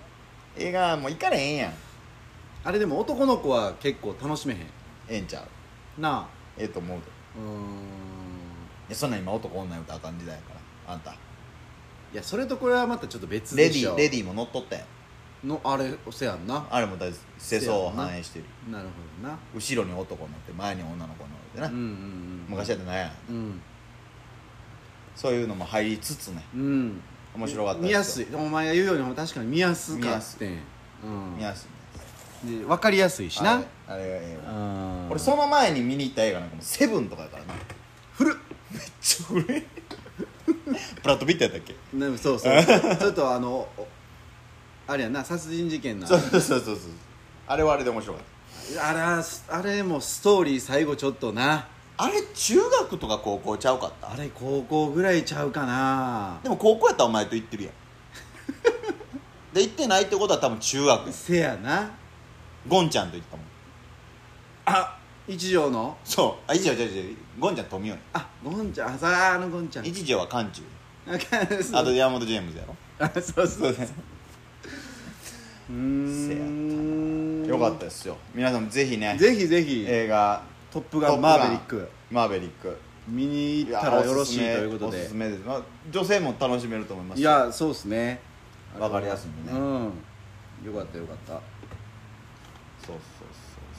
Speaker 2: 映画もう行かれへんやん
Speaker 1: あれでも男の子は結構楽しめへん
Speaker 2: ええんちゃう
Speaker 1: なあ
Speaker 2: ええと思うでいう
Speaker 1: ーん
Speaker 2: やそんなん今男女歌あかん時代やからあんた
Speaker 1: いやそれとこれはまたちょっと別
Speaker 2: レ
Speaker 1: で
Speaker 2: デ
Speaker 1: し
Speaker 2: ィ
Speaker 1: ょ
Speaker 2: レディも乗っとったやん
Speaker 1: のあれせやんな
Speaker 2: あれも大世相を反映してる
Speaker 1: なるほどな
Speaker 2: 後ろに男乗って前に女の子乗ってな、
Speaker 1: うんうんうん
Speaker 2: 昔やったらなんや
Speaker 1: うん
Speaker 2: そういうのも入りつつね
Speaker 1: うん
Speaker 2: 面白かった
Speaker 1: 見やす
Speaker 2: い
Speaker 1: いお前が言うように確かに見やす
Speaker 2: 見
Speaker 1: か
Speaker 2: や
Speaker 1: っ
Speaker 2: す
Speaker 1: てん
Speaker 2: 見やすいね
Speaker 1: うんで分かりやすいしな
Speaker 2: あれあれがええわ
Speaker 1: うん
Speaker 2: 俺その前に見に行った映画なんかもうセブンとかやからな
Speaker 1: 古っ
Speaker 2: めっちゃ古い ブラッド・ピットやったっけ
Speaker 1: ねそうそうちょっとあのおあれやな殺人事件な
Speaker 2: そうそうそうそうそうあれはあれで面白かっ
Speaker 1: あらあれもストーリー最後ちょっとな
Speaker 2: あれ中学とか高校ちゃうかった
Speaker 1: あれ高校ぐらいちゃうかな
Speaker 2: でも高校やったらお前と行ってるやん で行ってないってことは多分中学やん
Speaker 1: せやな
Speaker 2: ゴンちゃんと行ったもん
Speaker 1: あ一条の
Speaker 2: そうあ一条違う違うゴンちゃん富美男
Speaker 1: あゴンちゃんあさあのゴンちゃん
Speaker 2: 一条は館中
Speaker 1: あかんそう
Speaker 2: あと山本ジェームズやろ
Speaker 1: あ そうそうそううーん
Speaker 2: よかったですよ皆さんもぜひね
Speaker 1: ぜひぜひ
Speaker 2: 映画
Speaker 1: 「トップガンマーヴェリック
Speaker 2: 「マーヴェリック」」
Speaker 1: 見に行ったらよろしいということ
Speaker 2: お
Speaker 1: です
Speaker 2: すめです、まあ、女性も楽しめると思います
Speaker 1: いやそうですね
Speaker 2: わかりやすいんでね
Speaker 1: うんよかったよかった
Speaker 2: そうそう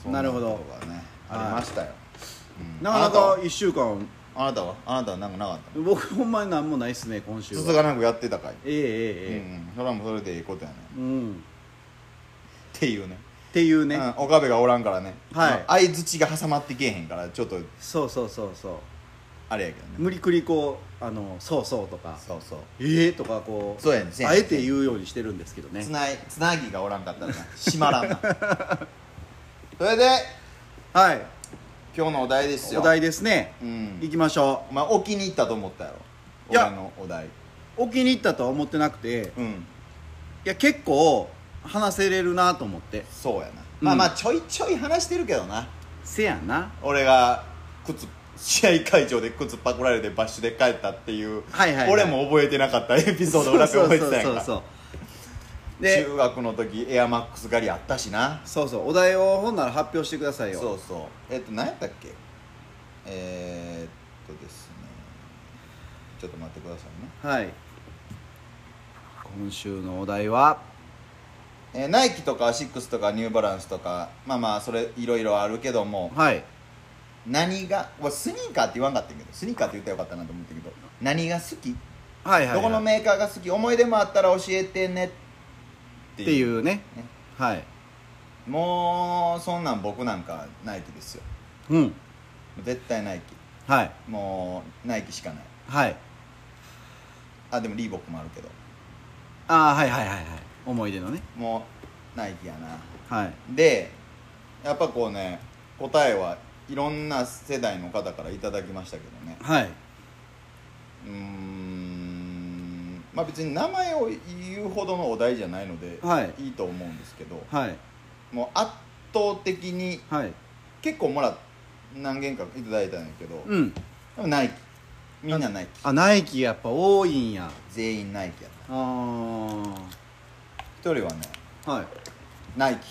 Speaker 2: そう
Speaker 1: なるほど
Speaker 2: そんなことがね
Speaker 1: はい
Speaker 2: ありましたよ、うん
Speaker 1: なかな
Speaker 2: あ
Speaker 1: か
Speaker 2: たは
Speaker 1: 1週間
Speaker 2: あなたはあなたはなんかなかっ
Speaker 1: 僕ほんまに何もないっすね今週
Speaker 2: たつ
Speaker 1: は
Speaker 2: つがなくやってたかい、
Speaker 1: ええ
Speaker 2: う
Speaker 1: えええ
Speaker 2: んうんそれはもうそれでいいことやね
Speaker 1: えうん
Speaker 2: っていうね
Speaker 1: っていう
Speaker 2: う
Speaker 1: ね
Speaker 2: ん、岡部がおらんからね
Speaker 1: はい
Speaker 2: 相づちが挟まってけえへんからちょっと
Speaker 1: そうそうそうそう
Speaker 2: あれやけどね
Speaker 1: 無理くりこう「あのそうそう」とか
Speaker 2: そうそう
Speaker 1: 「ええ」とかこう
Speaker 2: そうやねせや
Speaker 1: あ
Speaker 2: ね
Speaker 1: えて言うようにしてるんですけどね
Speaker 2: つないつなぎがおらんかったらな閉まらんなそれで
Speaker 1: はい
Speaker 2: 今日のお題ですよ
Speaker 1: お題ですね
Speaker 2: うん
Speaker 1: 行きましょ
Speaker 2: お前置きに行ったと思ったやろ
Speaker 1: いや
Speaker 2: 俺のお題
Speaker 1: う置きに行ったとは思ってなくて
Speaker 2: うん
Speaker 1: いや結構話せれるなと思って
Speaker 2: そうやな、まあまあちょいちょい話してるけどな
Speaker 1: せやな
Speaker 2: 俺が靴試合会場で靴パクられてバッシュで帰ったっていう、
Speaker 1: はいはいはい
Speaker 2: 俺も覚えてなかったエピソード裏で覚えてたやん
Speaker 1: そうそう
Speaker 2: か
Speaker 1: そうそうで
Speaker 2: 中学の時エアマックス狩りあったしな
Speaker 1: そうそうお題をほんなら発表してくださいよ
Speaker 2: そうそうえっと何やったっけえー、っとですねちょっと待ってくださいね
Speaker 1: はい今週のお題は
Speaker 2: えーナイキとかアシックスとかニューバランスとかまあまあそれいろいろあるけども
Speaker 1: はい
Speaker 2: 何が俺スニーカーって言わんかったんやけどスニーカーって言ったらよかったなと思ったけど何が好き
Speaker 1: はいはいはい
Speaker 2: どこのメーカーが好き思い出もあったら教えてねって
Speaker 1: って
Speaker 2: い
Speaker 1: いううね
Speaker 2: ね
Speaker 1: はい
Speaker 2: もうそんなん僕なんかナイキですよ
Speaker 1: うん
Speaker 2: 絶対ナイキ
Speaker 1: はい
Speaker 2: もうナイキしかない
Speaker 1: はい
Speaker 2: あでもリーボックもあるけど
Speaker 1: ああはいはいはいはい思い出のね
Speaker 2: もうナイキやな
Speaker 1: はい
Speaker 2: でやっぱこうね答えはいろんな世代の方からいただきましたけどね
Speaker 1: はいう
Speaker 2: ーんまあ別に名前を言うほどのお題じゃないので、
Speaker 1: はい
Speaker 2: いと思うんですけど
Speaker 1: はい
Speaker 2: もう圧倒的に
Speaker 1: はい
Speaker 2: 結構もらっ何件かいただいたんやけど、で
Speaker 1: うん
Speaker 2: もナイキみんなナイキ
Speaker 1: あナイキやっぱ多いんや
Speaker 2: 全員ナイキやっ
Speaker 1: あー
Speaker 2: た一人はね
Speaker 1: はい
Speaker 2: ナイキ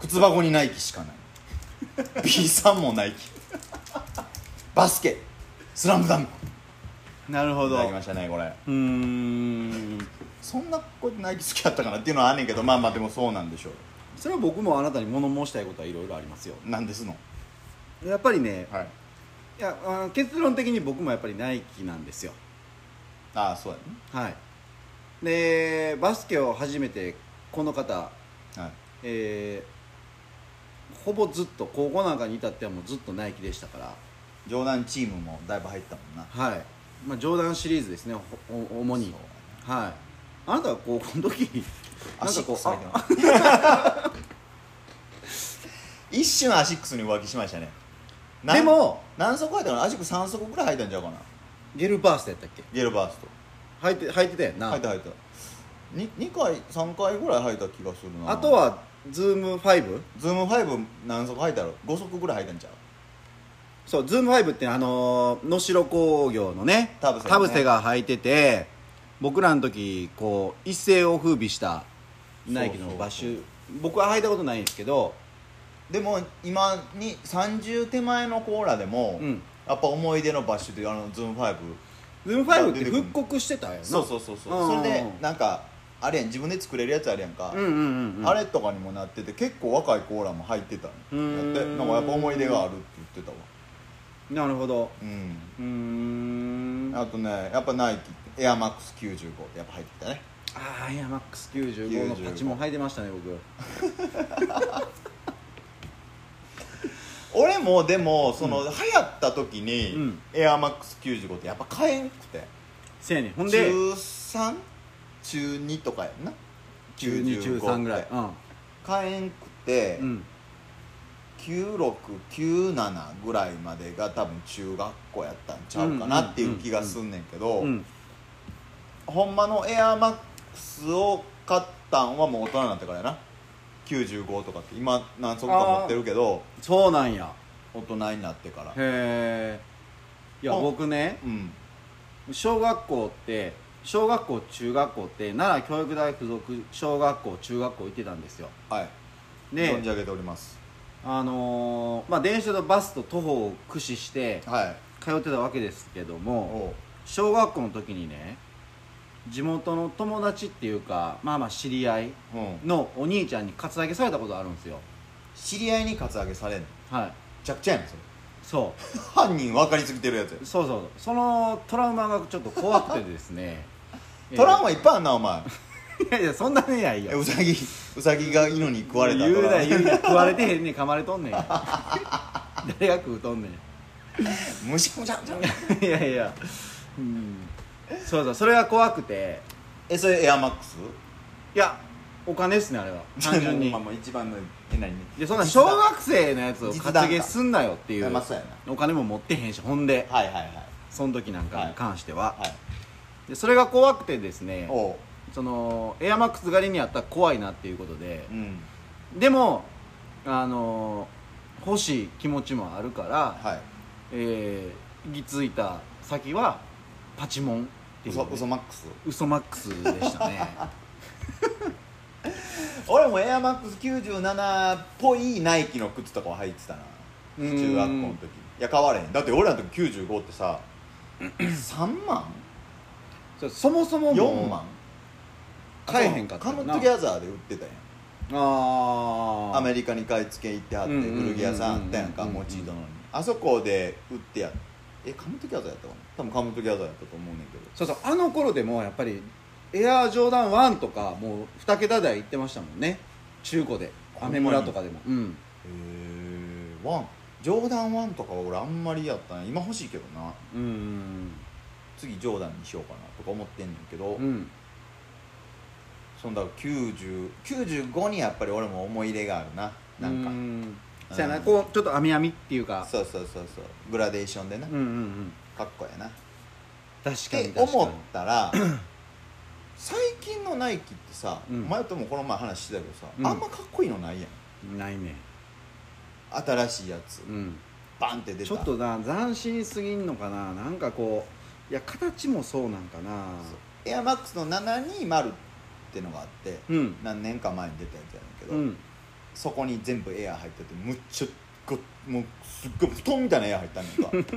Speaker 2: 靴箱にナイキしかない B さんもナイキバスケスラムダンク
Speaker 1: なるほ
Speaker 2: い
Speaker 1: ど
Speaker 2: ただき
Speaker 1: う
Speaker 2: ましたねこれ
Speaker 1: ーん
Speaker 2: そんなこナイキ好きやったかなっていうのはあんねんけどまあまあでもそうなんでしょう
Speaker 1: それは僕もあなたに物申したいことはいろいろありますよ
Speaker 2: なんですの
Speaker 1: やっぱりね
Speaker 2: はい
Speaker 1: いやあー結論的に僕もやっぱりナイキなんですよ
Speaker 2: ああそうやね
Speaker 1: はいでバスケを初めてこの方
Speaker 2: はい
Speaker 1: えーほぼずっと高校なんかに至ってはもうずっとナイキでしたから
Speaker 2: ジョーダンチームもだいぶ入ったもんな
Speaker 1: はい、まあ、ジョーダンシリーズですねほお主に
Speaker 2: そう
Speaker 1: はいあなたは高校の時
Speaker 2: ア
Speaker 1: なんか
Speaker 2: シック
Speaker 1: こ
Speaker 2: ス
Speaker 1: う
Speaker 2: だ
Speaker 1: あ
Speaker 2: けど 一瞬アシックスに浮気しましたねなん
Speaker 1: でも
Speaker 2: 何足入ったかなアシックス3足ぐらい入ったんちゃうかな
Speaker 1: ゲルバーストやったっけ
Speaker 2: ゲルバースト
Speaker 1: 入って入ってたやんな
Speaker 2: 入った入った 2, 回3回ぐらい入った気がするな
Speaker 1: あとはズーム5
Speaker 2: ズーム5何足入ったろ5足ぐらい入ったんちゃう
Speaker 1: そうズーム5ってあのー能代工業のね
Speaker 2: 田臥がね
Speaker 1: が履いてて僕らの時こう一世を風靡したナイキのバッシュ
Speaker 2: そう
Speaker 1: 僕は履いたことないんですけど
Speaker 2: でも今に30手前のコーラでも、
Speaker 1: うん
Speaker 2: やっぱ思い出のバッシュというあのズーム5
Speaker 1: ズーム5って復刻してたよな
Speaker 2: そうそうそうそう、
Speaker 1: うんうんうん
Speaker 2: それでなんかあれやん自分で作れるやつあるやんか、
Speaker 1: うんうんうん
Speaker 2: あれとかにもなってて結構若いコーラも入ってた
Speaker 1: う
Speaker 2: の
Speaker 1: ーん
Speaker 2: やってなんかやっぱ思い出があるって言ってたわ
Speaker 1: なるほど
Speaker 2: うん
Speaker 1: うーん
Speaker 2: あとねやっぱナイキエアマックス95ってやっぱ入ってきたね
Speaker 1: ああいやマックス95のパチも履いてましたね僕
Speaker 2: 俺もでもその、流行った時に、
Speaker 1: うん
Speaker 2: エアマックス95ってやっぱ買えんくて
Speaker 1: せやねんほんで
Speaker 2: 中3中2とかやんな
Speaker 1: 中2中3ぐらい
Speaker 2: 95って
Speaker 1: うん
Speaker 2: 買えんくて、
Speaker 1: うん
Speaker 2: 9697ぐらいまでが多分中学校やったんちゃうかなっていう気がすんねんけど、
Speaker 1: うん
Speaker 2: ほんまのエアマックスを買ったんはもう大人になってからやな95とかって今何足か持ってるけど
Speaker 1: そうなんや
Speaker 2: 大人になってから
Speaker 1: へえいや
Speaker 2: うん
Speaker 1: 僕ね
Speaker 2: うん
Speaker 1: 小学校って小学校中学校って奈良教育大附属小学校中学校行ってたんですよ
Speaker 2: はい存
Speaker 1: で
Speaker 2: じ上げております
Speaker 1: あのーまあ電車とバスと徒歩を駆使して
Speaker 2: はい
Speaker 1: 通ってたわけですけども
Speaker 2: おう
Speaker 1: 小学校の時にね地元の友達っていうかまあまあ知り合い
Speaker 2: うん、
Speaker 1: のお兄ちゃんにカツアゲされたことあるんですよ
Speaker 2: 知り合いにカツアゲされんのめ
Speaker 1: はい
Speaker 2: ちゃくちゃやんそれ
Speaker 1: そう
Speaker 2: 犯人分かりすぎてるやつや
Speaker 1: そうそうそのトラウマがちょっと怖くてですね
Speaker 2: トラウマ
Speaker 1: い
Speaker 2: いっぱいあんなお前
Speaker 1: やいやそんなねない
Speaker 2: え
Speaker 1: よ
Speaker 2: うさぎうさぎが犬に食われた
Speaker 1: 言う
Speaker 2: トラウマ
Speaker 1: な言うな食われてへんねん噛まれとんねん誰が食うとんね
Speaker 2: むしゃむしゃむしゃむしゃ
Speaker 1: ん いやいやうんそうそうそれが怖くて
Speaker 2: えそれエアマックス
Speaker 1: いやお金ですねあれは単純に
Speaker 2: まあまあ一番のえ何
Speaker 1: でそんな小学生のやつを
Speaker 2: 実
Speaker 1: 担
Speaker 2: 弾か
Speaker 1: げすんなよっていう
Speaker 2: まあそうやな
Speaker 1: お金も持ってへんしほんで
Speaker 2: はいはいはい
Speaker 1: その時なんかに関しては
Speaker 2: はい
Speaker 1: でそれが怖くてですね
Speaker 2: おう
Speaker 1: そのエアマックス狩りにやったら怖いなっていうことで
Speaker 2: うん
Speaker 1: でもあの欲しい気持ちもあるから、
Speaker 2: はい
Speaker 1: えー、行き着いた先はパチモンっていう、
Speaker 2: 嘘
Speaker 1: ね、
Speaker 2: 嘘マックス
Speaker 1: 嘘マックスでした ね
Speaker 2: 俺もエアマックス97っぽいナイキの靴とかを履いてたな
Speaker 1: うーん
Speaker 2: 中学校の時いや買われへんだって俺らの時95っ てさ3万
Speaker 1: そそもそももう
Speaker 2: 4万
Speaker 1: 買えへんかった
Speaker 2: カ
Speaker 1: よな
Speaker 2: ムトゥギャザーで売ってたやん
Speaker 1: ああ
Speaker 2: アメリカに買い付け行ってはって
Speaker 1: うんうんうんうん
Speaker 2: 古着屋さんあったやんか
Speaker 1: うんうんうん
Speaker 2: モチードのにあそこで売ってやっえカムトゥギャザーやったかな多分カムトゥギャザーやったと思うねんけど
Speaker 1: そうそうあの頃でもやっぱりエアージョーダン1とかもう2桁台行ってましたもんね中古で
Speaker 2: ほんま
Speaker 1: ア
Speaker 2: に
Speaker 1: メ村とかでもうん
Speaker 2: へえワンジョーダン1とかは俺あんまりやったな今欲しいけどな
Speaker 1: うん
Speaker 2: 次ジョーダンにしようかなとか思ってんねんけど、
Speaker 1: うん
Speaker 2: そんだ90 95にやっぱり俺も思い入れがあるななんか、
Speaker 1: かそうや
Speaker 2: う
Speaker 1: なんこうちょっと網網っていうか
Speaker 2: そうそうそうそうグラデーションでな、
Speaker 1: うんうんうん
Speaker 2: かっこやなっ
Speaker 1: 確かに
Speaker 2: て
Speaker 1: 確かに
Speaker 2: 思った ら最近のナイキってさ、
Speaker 1: うん
Speaker 2: 前ともこの前話してたけどさ、
Speaker 1: うん
Speaker 2: あんまかっこいいのないや
Speaker 1: ないね
Speaker 2: ん新しいやつ
Speaker 1: うん
Speaker 2: バンって出た
Speaker 1: ちょっとな斬新すぎんのかななんかこういや形もそうなんかな
Speaker 2: エアマックスの720ってのがあって、
Speaker 1: うん
Speaker 2: 何年か前に出たやつやねんけど、
Speaker 1: うん
Speaker 2: そこに全部エア入っててむっちゃごもうすっごい布団みたいなエア入ったんね んか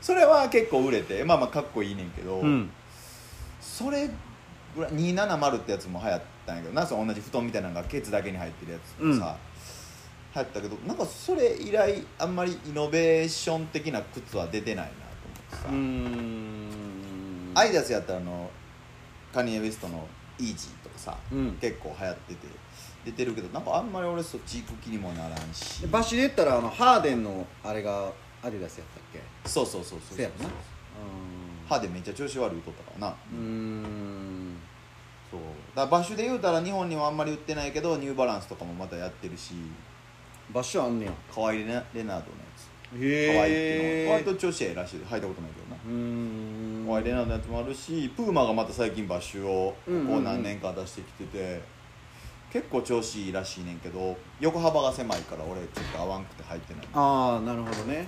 Speaker 2: それは結構売れてまあまあかっこいいねんけど、
Speaker 1: うん
Speaker 2: それぐらい270ってやつも流行ったんやけどなその同じ布団みたいなのがケツだけに入ってるやつもさ、流行ったけどなんかそれ以来あんまりイノベーション的な靴は出てないなと
Speaker 1: うー
Speaker 2: 思ってさ、
Speaker 1: ん
Speaker 2: アイダスやったらあのカニエ・ウェストのイージーとかさ、
Speaker 1: うん
Speaker 2: 結構流行ってて出てるけどなんかあんまり俺そっち行く気にもならんし
Speaker 1: バシで言ったらあのハーデンのあれがアディダスやったっけ
Speaker 2: そうそうそうそう
Speaker 1: せやろな
Speaker 2: 歯でめっちゃ調子悪いとったからな
Speaker 1: うーん
Speaker 2: そうだから場所で言うたら日本にはあんまり売ってないけどニューバランスとかもまたやってるし
Speaker 1: バシあんねや
Speaker 2: 河合レナレナードのやつ
Speaker 1: へ
Speaker 2: 河合っていうの
Speaker 1: え
Speaker 2: は割と調子ええらしいで履いたことないけどな
Speaker 1: うーん
Speaker 2: 河合レナードのやつもあるしプーマがまた最近バッシュをこ
Speaker 1: うんうんう
Speaker 2: こ
Speaker 1: ん
Speaker 2: 何年か出してきてて結構調子いいらしいねんけど横幅が狭いから俺ちょっと合わんくて入ってない
Speaker 1: ああなるほどね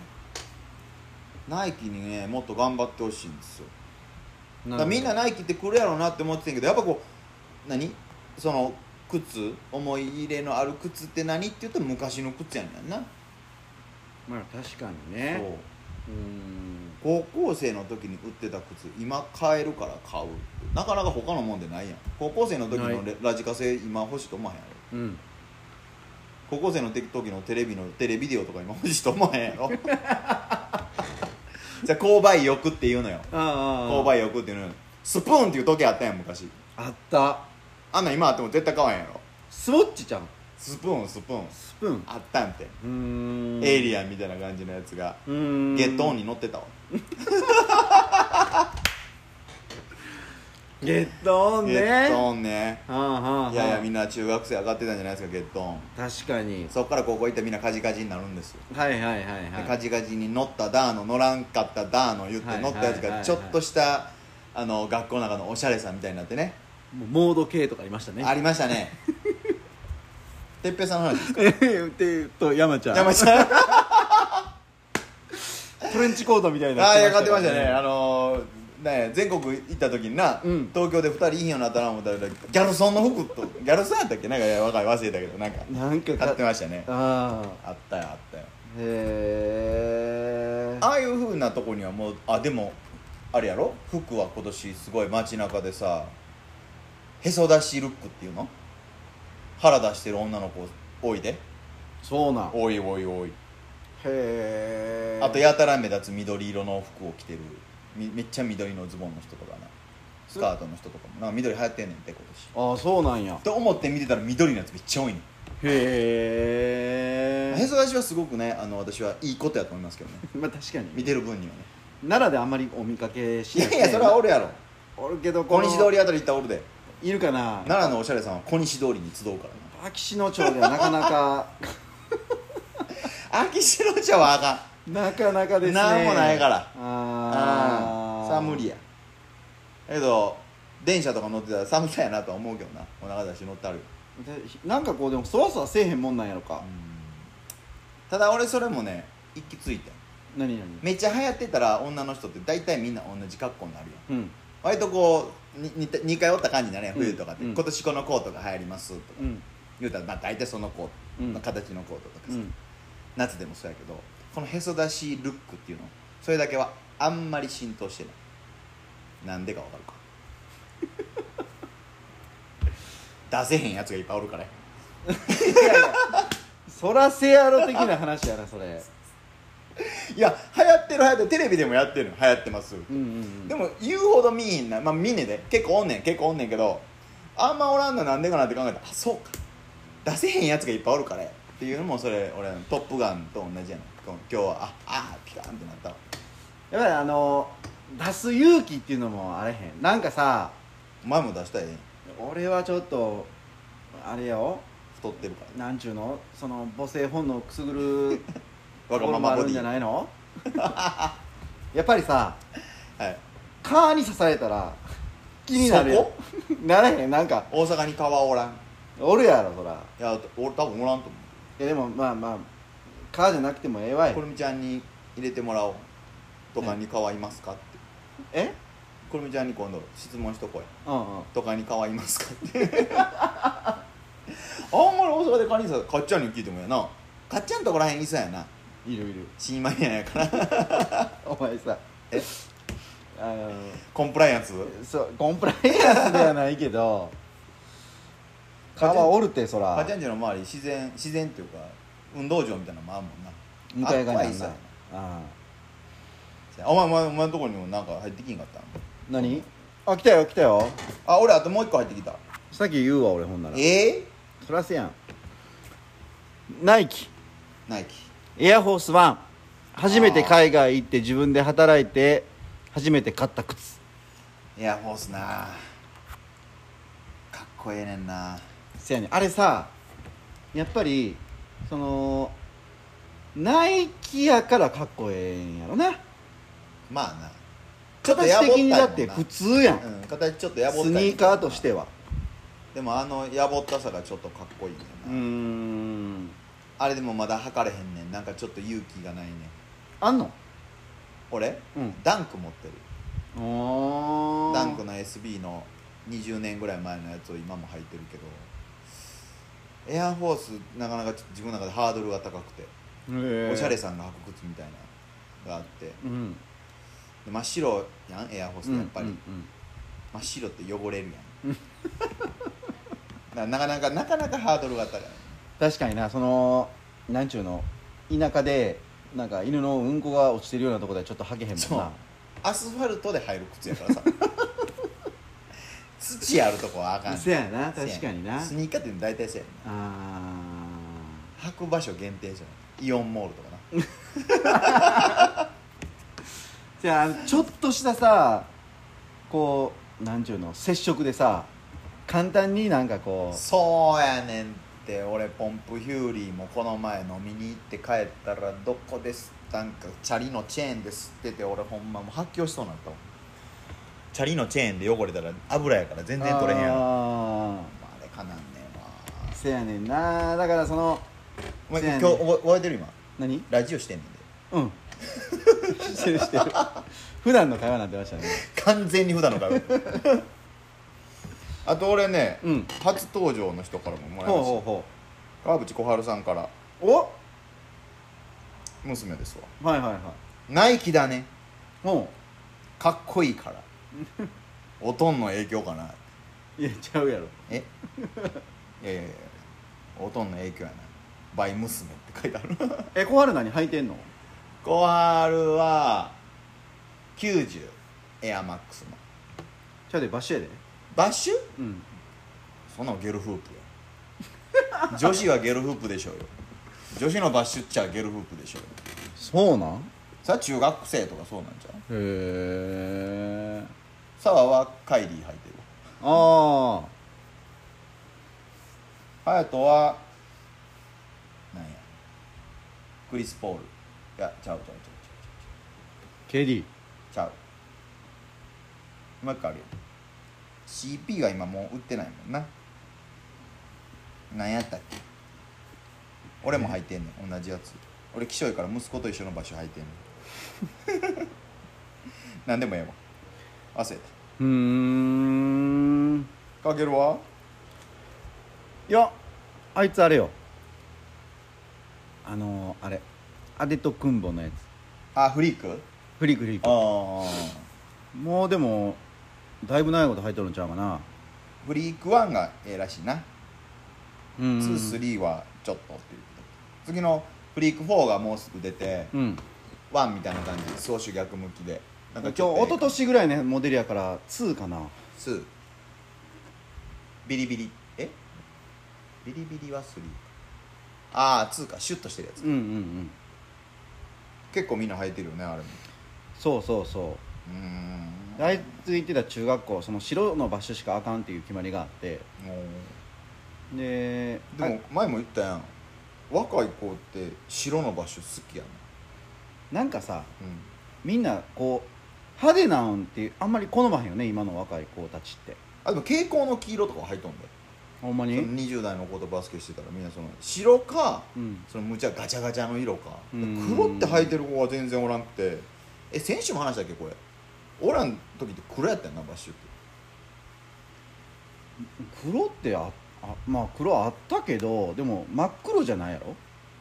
Speaker 2: ナイキにねもっと頑張ってほしいんですよ
Speaker 1: な
Speaker 2: だからみんなナイキって来るやろうなって思ってたけどやっぱこう何その靴思い入れのある靴って何って言うと昔の靴やねんな、
Speaker 1: まあ確かにね
Speaker 2: そう
Speaker 1: うーん
Speaker 2: 高校生の時に売ってた靴今買えるから買うなかなか他のもんでないやん高校生の時のレラジカセ今欲しいと思わへんやろ
Speaker 1: うん
Speaker 2: 高校生の時のテレビのテレビデオとか今欲しいと思わへんやろ じゃあ購買欲っていうのよ
Speaker 1: ああ
Speaker 2: 購買欲っていうのよスプーンっていう時計あったやん昔
Speaker 1: あった
Speaker 2: あんなん今あっても絶対買わへんやろ
Speaker 1: スウォッチちゃん
Speaker 2: スプーンスプーン
Speaker 1: スプーン
Speaker 2: あったんて、
Speaker 1: うーん
Speaker 2: エイリアンみたいな感じのやつが、
Speaker 1: うーん
Speaker 2: ゲットオンに乗ってたわ
Speaker 1: ゲットオンね
Speaker 2: ゲットオンね
Speaker 1: はあはあはあ
Speaker 2: いやいやみんな中学生上がってたんじゃないですかゲットオン
Speaker 1: 確かに
Speaker 2: そっから高校行ってみんなカジカジになるんですよ、
Speaker 1: はいはいはい
Speaker 2: で
Speaker 1: は
Speaker 2: カ
Speaker 1: い
Speaker 2: ジカジに乗ったダーの乗らんかったダーの言って
Speaker 1: はい
Speaker 2: 乗ったやつ
Speaker 1: はいはいは
Speaker 2: が
Speaker 1: い
Speaker 2: ちょっとしたあの学校の中のおしゃれさんみたいになってね
Speaker 1: もうモード系とかいましたね
Speaker 2: ありましたねてっぺいさんの話ですか
Speaker 1: えーでと山ちゃん
Speaker 2: 山ち ゃん
Speaker 1: トレンチコートみたいにな
Speaker 2: ああや
Speaker 1: か
Speaker 2: が
Speaker 1: ら
Speaker 2: ってましたねあのーね全国行った時にな、
Speaker 1: うん
Speaker 2: 東京で2人いいんよなったな思ったらギャルソンの服とギャルソンやったっけなんかいや若い忘れたけどなんか
Speaker 1: なんか
Speaker 2: 買ってま
Speaker 1: し
Speaker 2: したね
Speaker 1: ああ
Speaker 2: あったよあったよ
Speaker 1: へえ
Speaker 2: ああいうふうなとこにはもうあでもあれやろ服は今年すごい街中でさへそ出しルックっていうの腹出してる女の子多いで
Speaker 1: そうなんへ
Speaker 2: 多い多い多い
Speaker 1: え
Speaker 2: あとやたら目立つ緑色の服を着てるみめっちゃ緑のズボンの人とかなスカートの人とかもなんか緑流行ってんねんって今年
Speaker 1: ああそうなんや
Speaker 2: と思って見てたら緑のやつめっちゃ多いねん
Speaker 1: へ
Speaker 2: へ
Speaker 1: え
Speaker 2: そ出しはすごくねあの私はいいことやと思いますけどね
Speaker 1: まあ確か
Speaker 2: 見
Speaker 1: に
Speaker 2: てる分にはね
Speaker 1: 奈良であんまりお見かけし
Speaker 2: い
Speaker 1: ない
Speaker 2: やいやそれは
Speaker 1: お
Speaker 2: おるやろ
Speaker 1: おるけど
Speaker 2: 小
Speaker 1: この
Speaker 2: 西通りあたり行ったらおるで
Speaker 1: いるかな
Speaker 2: 奈良のおしゃれさんは小西通りに集うからな
Speaker 1: 秋篠町ではなかなか
Speaker 2: 秋白茶はあかん
Speaker 1: なかなかですね
Speaker 2: なんもないから
Speaker 1: ああ
Speaker 2: さあ無理やだけど電車とか乗ってたら寒さやなとは思うけどなお腹出して乗ってあるよ
Speaker 1: でひなんかこうでもそわそわせえへんもんなんやろか、
Speaker 2: ただ俺それもね行き着いて
Speaker 1: 何何
Speaker 2: めっちゃ流行ってたら女の人って大体みんな同じ格好になるやん
Speaker 1: うん
Speaker 2: 割とこうにに2回おった感じになるやん
Speaker 1: うん
Speaker 2: 冬とかって、
Speaker 1: うん
Speaker 2: 今年このコートが流行りますとか、
Speaker 1: うん
Speaker 2: 言うたらまあ大体そのコートの形のコートとかさ、
Speaker 1: うん
Speaker 2: 夏でもそうやけどこのへそ出しルックっていうのそれだけはあんまり浸透してないなんでかわかるか 出せへんやつがいっぱいおるからや
Speaker 1: いやいやそらせやろ的な話やなそ れ
Speaker 2: いや流行ってる流行ってるテレビでもやってるの流行ってます、
Speaker 1: うんうんうん
Speaker 2: でも言うほど見えへんなまあ見ねえで結構おんねん結構おんねんけどあんまおらんのなんでかなって考えたらあそうか出せへんやつがいっぱいおるからやっていうのもそれ俺の「トップガン」と同じやねん今日今日はああーピカーンってなったわ
Speaker 1: やっぱりあの出す勇気っていうのもあれへんなんかさ
Speaker 2: お前も出したらええやん
Speaker 1: 俺はちょっとあれよ
Speaker 2: 太ってるから
Speaker 1: なんちゅうのその母性本能をくすぐる
Speaker 2: わ
Speaker 1: と
Speaker 2: が
Speaker 1: こ
Speaker 2: ま
Speaker 1: ろも
Speaker 2: ま
Speaker 1: あ
Speaker 2: ボ
Speaker 1: るん
Speaker 2: デ
Speaker 1: じゃ
Speaker 2: ィ
Speaker 1: ないの やっぱりさ
Speaker 2: はい
Speaker 1: 川に刺されたら気になるよならへんなんか
Speaker 2: 大阪に川おらん
Speaker 1: おるやろそら
Speaker 2: いや俺多分おらんと思
Speaker 1: いやでもまあまあ川じゃなくてもええわ
Speaker 2: う
Speaker 1: い
Speaker 2: こるみちゃんに入れてもらおうとかに川いますかって
Speaker 1: え
Speaker 2: こるみちゃんに今度質問しとこうや
Speaker 1: うんうん
Speaker 2: とかに川いますかってあんまり大阪でカニさかっちゃんに聞いてもやなかっちゃんとこらへんいそうやない
Speaker 1: るい る
Speaker 2: 新米やから
Speaker 1: お前さ
Speaker 2: え
Speaker 1: あの
Speaker 2: コンプライアンス
Speaker 1: そうコンプライアンスではないけ ど川おるってそ
Speaker 2: かっ
Speaker 1: ら
Speaker 2: ちゃんちの周り自然自然っていうか運動場みたいなのもあんもんな
Speaker 1: 向かい側
Speaker 2: あ
Speaker 1: に
Speaker 2: 怖
Speaker 1: あん
Speaker 2: いさ
Speaker 1: なあ
Speaker 2: お前お前お前のとこにもなんか入ってきんかったん
Speaker 1: 何あ来たよ来たよ
Speaker 2: あ俺あともう一個入ってきた
Speaker 1: さっき言うわ俺ほんなら
Speaker 2: ええ
Speaker 1: そらせやんナイキ
Speaker 2: ナイキ
Speaker 1: エアフォースワン初めて海外行って自分で働いて初めて買った靴
Speaker 2: エアフォースなかっこええねんな
Speaker 1: せやねんあれさやっぱりそのナイキやからかっこええんやろな
Speaker 2: まあなちょっと
Speaker 1: 形
Speaker 2: やぼった
Speaker 1: 的
Speaker 2: いもん
Speaker 1: に
Speaker 2: な
Speaker 1: だって普通やん
Speaker 2: うん形ちょっとやぼっ
Speaker 1: ス
Speaker 2: たい
Speaker 1: ニーカーとしては
Speaker 2: でもあのやぼったさがちょっとかっこいいね
Speaker 1: うん
Speaker 2: な、
Speaker 1: ん
Speaker 2: あれでもまだ測れへんねんなんかちょっと勇気がないねん
Speaker 1: あんの
Speaker 2: 俺、
Speaker 1: うん
Speaker 2: ダンク持ってる
Speaker 1: お
Speaker 2: ダンクの SB の20年ぐらい前のやつを今も履いてるけどエアフォースなかなかちょっと自分の中でハードルが高くて、おしゃれさんが履く靴みたいなのがあって
Speaker 1: うん
Speaker 2: で真っ白やんエアフォースってやっぱり、
Speaker 1: うんうん
Speaker 2: 真っ白って汚れるやんだから なかなかなかなかハードルが高い
Speaker 1: 確かになそのなんちゅうの田舎でなんか犬のうんこが落ちてるようなとこではちょっと履けへんもん
Speaker 2: そう
Speaker 1: な
Speaker 2: アスファルトで入る靴やからさ 土あるとこはあかん
Speaker 1: せやな確かにな
Speaker 2: スニーカーって大体そうや
Speaker 1: あ
Speaker 2: ねん履く場所限定じゃんイオンモールとかな
Speaker 1: ーじゃあちょっとしたさこうなんちゅうの接触でさ簡単になんかこう
Speaker 2: そうやねんって俺ポンプヒューリーもこの前飲みに行って帰ったらどこですなんかチャリのチェーンで吸ってて俺ほんまもう発狂しそうになったもんチャリのチェーンで汚れたら油やから全然取れへんやんあ
Speaker 1: あ
Speaker 2: あれかなんねえ
Speaker 1: ーせやねんなだからその
Speaker 2: お前
Speaker 1: せやね
Speaker 2: 今日覚え覚えてる今
Speaker 1: 何
Speaker 2: ラジオしてんねん で
Speaker 1: うんしてるして る普段の会話になってましたね
Speaker 2: 完全に普段の会話 あと俺ね、
Speaker 1: うん
Speaker 2: 初登場の人からももらい
Speaker 1: ほう
Speaker 2: まし
Speaker 1: ほうほ
Speaker 2: た川淵小春さんから
Speaker 1: うお
Speaker 2: 娘ですわ
Speaker 1: はいはいはい
Speaker 2: ナイキだね
Speaker 1: ほ
Speaker 2: かっこいいから おとんの影響かな
Speaker 1: ういやちゃうやろ
Speaker 2: え いやいやいやおとんの影響やなバイ娘って書いてある
Speaker 1: え小春何履いてんの
Speaker 2: 小春は90エアマックスの
Speaker 1: ちゃうでバッシュやで
Speaker 2: バッシュ
Speaker 1: うん
Speaker 2: そんなのゲルフープや 女子はゲルフープでしょうよ女子のバッシュっちゃゲルフープでしょうよ
Speaker 1: そうなんへ
Speaker 2: さあ中学生とかそうなんちゃう
Speaker 1: え
Speaker 2: サワはカイリー履いてる
Speaker 1: ああ
Speaker 2: ハヤトはなんやクリス・ポールいやちゃうちゃうちゃう
Speaker 1: ケリー
Speaker 2: ちゃうちゃう今からあるよ CP が今もう売ってないもんななんやったっけ俺も履いてんねん同じやつ俺気象やから息子と一緒の場所履いてんねん なんでもええわ忘れ
Speaker 1: うーん
Speaker 2: たかけるはい
Speaker 1: やあいつあれよあのー、あれアデトクンボのやつ
Speaker 2: あフリーク
Speaker 1: フリークフリーク
Speaker 2: ああ
Speaker 1: もうでもだいぶ長いこと履いてるんちゃうかな
Speaker 2: フリーク1がええらしいな
Speaker 1: うん
Speaker 2: 23はちょっとっていう次のフリーク4がもうすぐ出て
Speaker 1: うん
Speaker 2: 1みたいな感じで総主逆向きでなんか
Speaker 1: 今日一昨年ぐらいのモデルやから2かな
Speaker 2: 2ビリビリえビリビリは3ああ2かシュッとしてるやつ
Speaker 1: うんうんうん
Speaker 2: 結構みんな生えてるよねあれも
Speaker 1: そうそうそう
Speaker 2: ーん
Speaker 1: うあいつ行ってた中学校その白のバッシュしかあかんっていう決まりがあって
Speaker 2: お
Speaker 1: で
Speaker 2: ーでも前も言ったやん若い子って白の場所好きや
Speaker 1: あなんかさ
Speaker 2: な、うん、
Speaker 1: みんなこう派手なんってあんまり好まへんよね今の若い子たちって
Speaker 2: あでも蛍光の黄色とかは入っとんだよ
Speaker 1: ほんま
Speaker 2: そ
Speaker 1: に
Speaker 2: の20代の子とバスケしてたらみんなその白か
Speaker 1: うん
Speaker 2: そのむちゃガチャガチャの色か
Speaker 1: うん
Speaker 2: 黒って履いてる子は全然おらんくてえ先週も話したっけこれおらん時って黒やったよなバッシュって
Speaker 1: 黒ってああまあ黒あったけどでも真っ黒じゃないやろ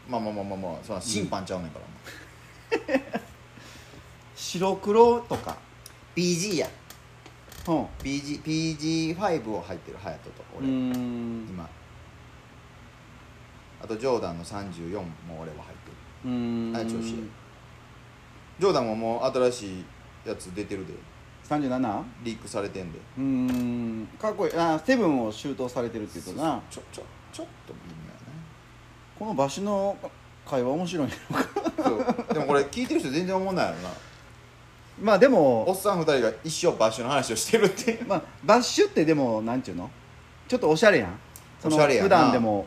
Speaker 2: まあまあまあまあまあそら審判ちゃうねんから、
Speaker 1: 白黒とか
Speaker 2: PG や
Speaker 1: うん
Speaker 2: PGPG5 を履いてる隼人と
Speaker 1: うー
Speaker 2: 俺、
Speaker 1: ん
Speaker 2: 今あとジョーダンの34も俺は履いてる
Speaker 1: うーん
Speaker 2: あれ調子いいジョーダンももう新しいやつ出てるで
Speaker 1: 37?
Speaker 2: リークされてんで
Speaker 1: うーんかっこいいあセブンを周到されてるって言うとな
Speaker 2: ちょちょちょっと微妙やね
Speaker 1: この場所の会話面白い
Speaker 2: そうでもこれ聞いてる人全然思わないやろな
Speaker 1: まあで
Speaker 2: お
Speaker 1: も
Speaker 2: っさん二人が一生バッシュの話をしてるっていう
Speaker 1: まあバッシュってでもなんていうのちょっとおしゃれやんその
Speaker 2: おしゃれやな
Speaker 1: 普段でも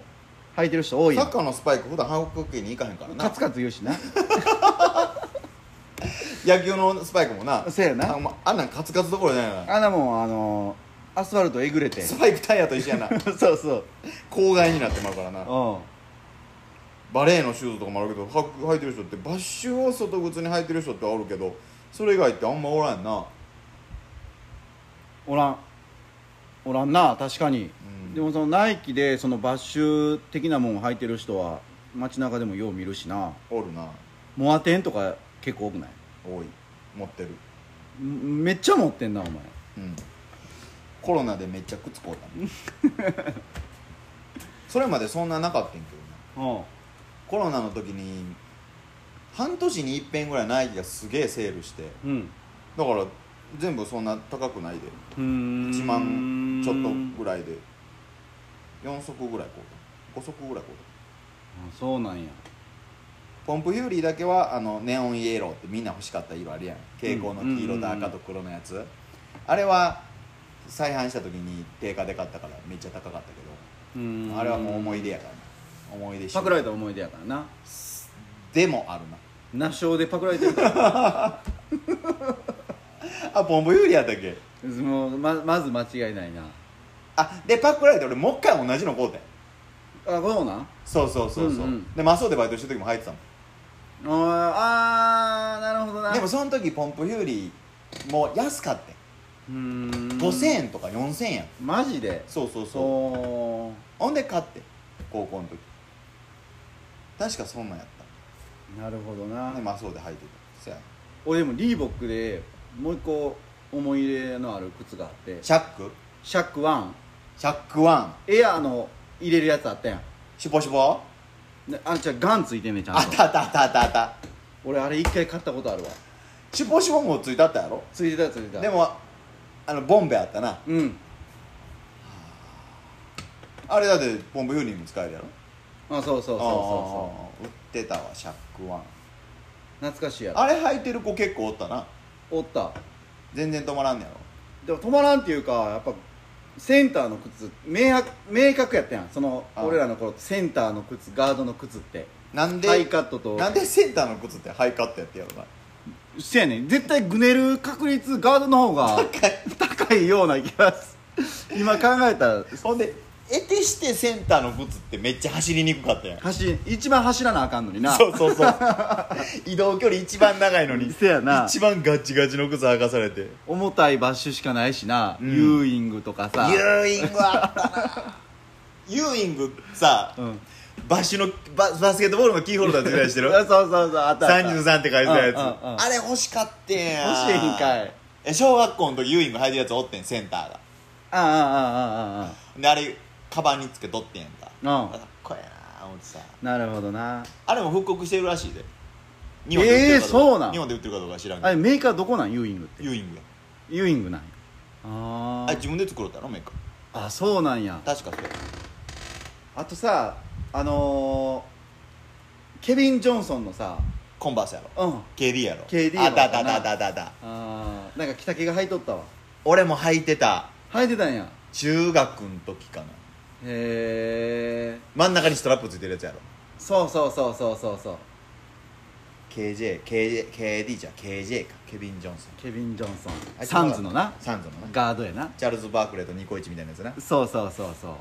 Speaker 1: 履いてる人多い
Speaker 2: サ
Speaker 1: や
Speaker 2: ッ
Speaker 1: ん
Speaker 2: カーのスパイク普段韓国に行かへんから
Speaker 1: カ
Speaker 2: な
Speaker 1: ツカツ言うしな
Speaker 2: 野球のスパイクもな
Speaker 1: そうやな
Speaker 2: あ,、まあんなんカツカツどころじゃないから
Speaker 1: あんなもんあのアスファルトえぐれて
Speaker 2: ス
Speaker 1: そ
Speaker 2: パイクタイヤと一緒やな
Speaker 1: うそう
Speaker 2: 郊外になってまうからな
Speaker 1: うん
Speaker 2: バレーのシューズとかもあるけどは履いてる人ってバッシュを外靴に履いてる人ってあるけどそれ以外ってあんまおらんやんな
Speaker 1: おらんおらんな確かに、
Speaker 2: うん
Speaker 1: でもそのナイキでそのバッシュ的なもん履いてる人は街中でもよう見るしな
Speaker 2: おるな
Speaker 1: モアテンとか結構多くない
Speaker 2: 多い持ってる
Speaker 1: んめっちゃ持ってんなお前
Speaker 2: うんコロナでめっちゃ靴買うたもん それまでそんななかったんけどな
Speaker 1: うん
Speaker 2: コロナの時に半年に一遍ぐらいナイキがすげえセールして
Speaker 1: うん
Speaker 2: だから全部そんな高くないで1万ちょっとぐらいで4足ぐらいこう5足ぐらいこう
Speaker 1: あそうなんや
Speaker 2: ポンプヒューリーだけはあのネオンイエローってみんな欲しかった色あるやん蛍光の黄色と赤と黒のやつあれは再販した時に定価で買ったからめっちゃ高かったけ
Speaker 1: うん
Speaker 2: どあれはもう思い出やからな思い出し
Speaker 1: パクられた思い出やからな
Speaker 2: でもあるな
Speaker 1: ナショでパクられてる から
Speaker 2: あボンボ有利やったっけ
Speaker 1: もうままず間違いないな
Speaker 2: あでパクられて俺もう一回同じの買うてん
Speaker 1: あそうなん
Speaker 2: そうそうそうそ
Speaker 1: うんう
Speaker 2: う、
Speaker 1: ん
Speaker 2: でマスオでバイトしてる時も入ってたもん
Speaker 1: あーあーなるほどな
Speaker 2: でもその時ポンプヒューリーも安かって
Speaker 1: うーん
Speaker 2: ん5000円とか4000円やん
Speaker 1: マジで
Speaker 2: そうそうそう
Speaker 1: そ
Speaker 2: ほんで買ってん高校の時確かそんなんやっ
Speaker 1: うなるほど
Speaker 2: た
Speaker 1: な、
Speaker 2: でマスオで履いてたそや
Speaker 1: 俺でもリーボックでもう一個思い入れのある靴があって
Speaker 2: チャック
Speaker 1: シャックワン
Speaker 2: チャックワン
Speaker 1: エアーの入れるやつあったやん
Speaker 2: シュポシュポ
Speaker 1: ねあんちゃんガンついてんねんちゃ
Speaker 2: あ
Speaker 1: ん
Speaker 2: っ
Speaker 1: と
Speaker 2: たあったあったあったあった
Speaker 1: 俺あれ一回買ったことあるわ
Speaker 2: シュポシュポもついたったやろ
Speaker 1: ついてたついてた
Speaker 2: でもあのボンベあったな
Speaker 1: うん
Speaker 2: あれだってポンプヒューリーにも使えるやろ
Speaker 1: あそうそうそうそうそ
Speaker 2: あー売ってたわシャックワン
Speaker 1: う懐かしいやろ
Speaker 2: あれ履いてる子結構おったな
Speaker 1: おった
Speaker 2: 全然止まらんねやろ
Speaker 1: でも止まらんっていうかやっぱセンターの靴明白明確やったやんその
Speaker 2: あ
Speaker 1: 俺らの頃センターの靴ガードの靴って
Speaker 2: なんで
Speaker 1: ハイカットと
Speaker 2: なんでセンターの靴ってハイカットやってやろな
Speaker 1: せやねん絶対ぐねる確率ガードの方が高いような気がす今考えたら
Speaker 2: ほんで得てしてセンターの靴ってめっちゃ走りにくかったやん
Speaker 1: 走一番走らなあかんのにな
Speaker 2: そうそうそう 移動距離一番長いのに
Speaker 1: せやな
Speaker 2: 一番ガチガチの靴履かされてユ
Speaker 1: 重たいバッシュしかないしな、
Speaker 2: うん
Speaker 1: ユーイングとかさ
Speaker 2: ーイングあったなユーイングさ、
Speaker 1: うん
Speaker 2: バッシュのババスケットボールのキーホルダーってぐらいして
Speaker 1: そ
Speaker 2: る
Speaker 1: うそうそう あったあった
Speaker 2: 33って書いてたやつ、
Speaker 1: うんうんうん
Speaker 2: あれ欲しかってんや
Speaker 1: 欲しいんかい
Speaker 2: え小学校の時ユーイング履いてるやつおってんセンターが
Speaker 1: あああああああ
Speaker 2: であれカバンにつけとってんやんか、
Speaker 1: うん
Speaker 2: かっこええな思ってさ
Speaker 1: あなるほどな
Speaker 2: あれも復刻してるらしいで日
Speaker 1: えー
Speaker 2: かど
Speaker 1: そうなん
Speaker 2: 日本で売ってるかどうか知らん
Speaker 1: あれ
Speaker 2: け
Speaker 1: メーカーどこなんユーイングって
Speaker 2: どユーイングや
Speaker 1: ユーイングなんやあ
Speaker 2: あれ自分で作ろうたのメーカー
Speaker 1: ああそうなんや
Speaker 2: 確かそうや
Speaker 1: あとさあのー、ケビン・ジョンソンのさ
Speaker 2: コンバースやろ
Speaker 1: うん
Speaker 2: KD やろ
Speaker 1: KD
Speaker 2: あったあ
Speaker 1: やろ
Speaker 2: った
Speaker 1: か
Speaker 2: あった
Speaker 1: な
Speaker 2: あったあったあった
Speaker 1: あーなんか着丈が入っとったわ
Speaker 2: 俺も履いてた
Speaker 1: 履いてたんや
Speaker 2: 中学の時かな
Speaker 1: へえ
Speaker 2: 真ん中にストラップついてるやつやろ
Speaker 1: そうそうそうそうそうそう
Speaker 2: KJKD じゃん KJ かケビン・ジョンソン
Speaker 1: ケビン・ジョンソ
Speaker 2: あ
Speaker 1: ン
Speaker 2: いつ
Speaker 1: サンズのな
Speaker 2: サンズのな
Speaker 1: ガードやな
Speaker 2: チャールズ・バークレーとニコイチみたいなやつな
Speaker 1: そうそうそうそう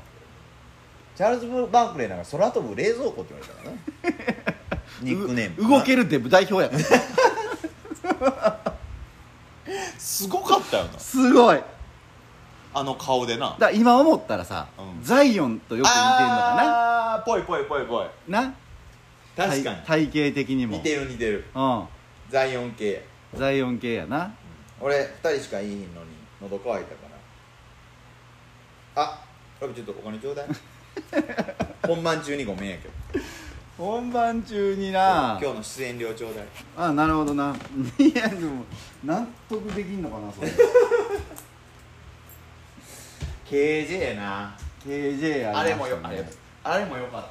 Speaker 2: チャールズ・バークレーなんか空飛ぶ冷蔵庫って言われたからな ニックネーム
Speaker 1: う動け
Speaker 2: る
Speaker 1: るデブ代表やから
Speaker 2: すごかったよな
Speaker 1: すごいだか
Speaker 2: あの顔でな
Speaker 1: ら今思ったらさ、
Speaker 2: うん
Speaker 1: ザイオンとよく似てるのか
Speaker 2: ああーぽいぽいぽいぽい
Speaker 1: なな
Speaker 2: 確かに
Speaker 1: 体体型的にも
Speaker 2: 似てる似てる
Speaker 1: うん
Speaker 2: ザイオン系
Speaker 1: ザイオン系やな
Speaker 2: 俺2人しかいいひんのに喉乾いたからあラブちょっとお金ち ょうだい本番中にごめんやけど
Speaker 1: 本番中にな
Speaker 2: 今日の出演料ちょうだい
Speaker 1: あなるほどな いやでも納得できんのかなそれ
Speaker 2: KJ な
Speaker 1: KJ や
Speaker 2: あれもよあれあれもよかったな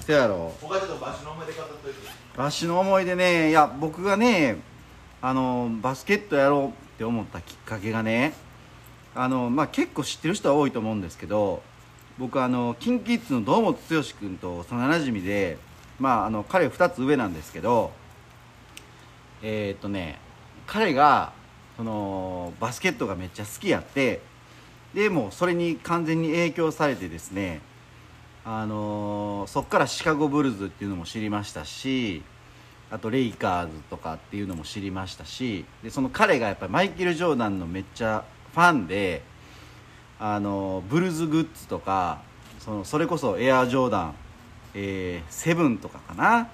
Speaker 1: せやろ
Speaker 2: 他ちょっと場所の思い出語っといて
Speaker 1: わしの思い出ねいや僕がねあのバスケットやろうって思ったきっかけがねあの、まあ、結構知ってる人は多いと思うんですけど僕あのキンキッズの堂本剛君と幼なじみで、まあ、あの彼2つ上なんですけどえーっとね彼がそのバスケットがめっちゃ好きやってでもうそれに完全に影響されてですねあのーそっからシカゴブルズっていうのも知りましたしあとレイカーズとかっていうのも知りましたしでその彼がやっぱりマイケル・ジョーダンのめっちゃファンで、あのーブルズグッズとかそのそれこそエアー・ジョーダン、えーセブンとかかな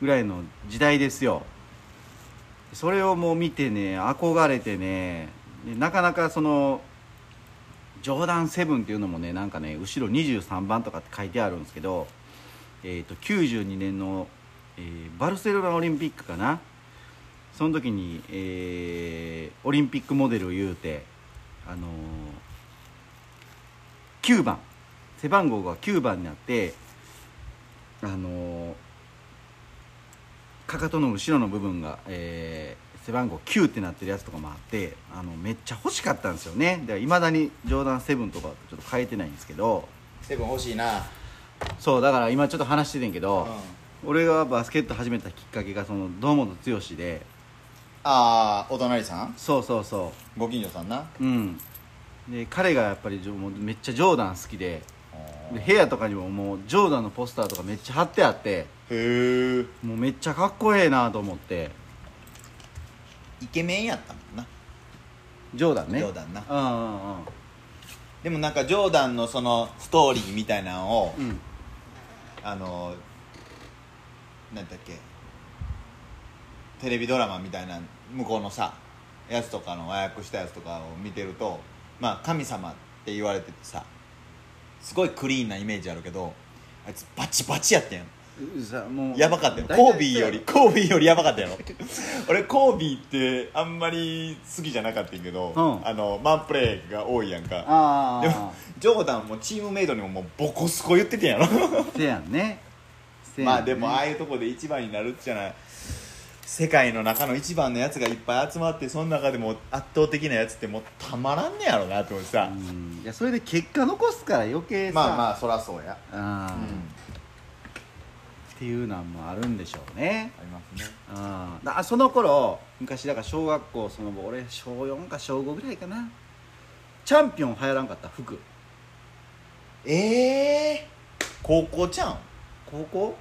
Speaker 1: ぐらいの時代ですよそれをもう見てね憧れてねでなかなかそのジョーダン7っていうのもねなんかね後ろ23番とかって書いてあるんですけど、えー、と92年の、えーバルセロナオリンピックかなその時に、えーオリンピックモデルを言うて、あのー9番背番号が9番になって、あのーかかとの後ろの部分が、えー背番号9ってなってるやつとかもあってあのめっちゃ欲しかったんですよねでいまだにジョーダン7とかちょっと変えてないんですけど
Speaker 2: セブン欲しいな
Speaker 1: そうだから今ちょっと話しててんけど、
Speaker 2: う
Speaker 1: 俺がバスケット始めたきっかけがその堂本剛で
Speaker 2: ああお隣さん
Speaker 1: そうそうそ
Speaker 2: ご近所さんな
Speaker 1: ううんで彼がやっぱりジョもうめっちゃジョーダン好きでで部屋とかにももうジョーダンのポスターとかめっちゃ貼ってあって
Speaker 2: へえ
Speaker 1: もうめっちゃかっこええなと思って
Speaker 2: イケメンやったもんな
Speaker 1: ジョーダンね
Speaker 2: ジョーダンな
Speaker 1: うんうんうん
Speaker 2: でもなんかジョーダンのそのストーリーみたいなのを、
Speaker 1: うん
Speaker 2: あのなんだっけテレビドラマみたいな向こうのさやつとかの和訳したやつとかを見てるとまあ神様って言われててさすごいクリーンなイメージあるけどあいつバチバチやってん
Speaker 1: うさもう
Speaker 2: やばかったよ
Speaker 1: 大体そう
Speaker 2: コービーよりコービーよりやばかったやろ 俺コービーってあんまり好きじゃなかったんやけど、
Speaker 1: うん
Speaker 2: あのマンプレーが多いやんか
Speaker 1: あ
Speaker 2: で
Speaker 1: あ
Speaker 2: もジョーダンもチームメイトにももうボコスコ言っててんやろ
Speaker 1: せやんねせやんね
Speaker 2: まあでもああいうとこで一番になるじゃない世界の中の一番のやつがいっぱい集まってその中でも圧倒的なやつってもうたまらんねやろなって思ってさ、
Speaker 1: うんいやそれで結果残すから余計さ
Speaker 2: まあ
Speaker 1: あ
Speaker 2: まあそらそうや、
Speaker 1: あ
Speaker 2: う
Speaker 1: ー、っていうのもあるんでしょうね
Speaker 2: ありますね
Speaker 1: あーだその頃昔だから小学校その俺小4か小5ぐらいかなチャンピオン流行らんかった服
Speaker 2: ええ高校ちゃん
Speaker 1: 高校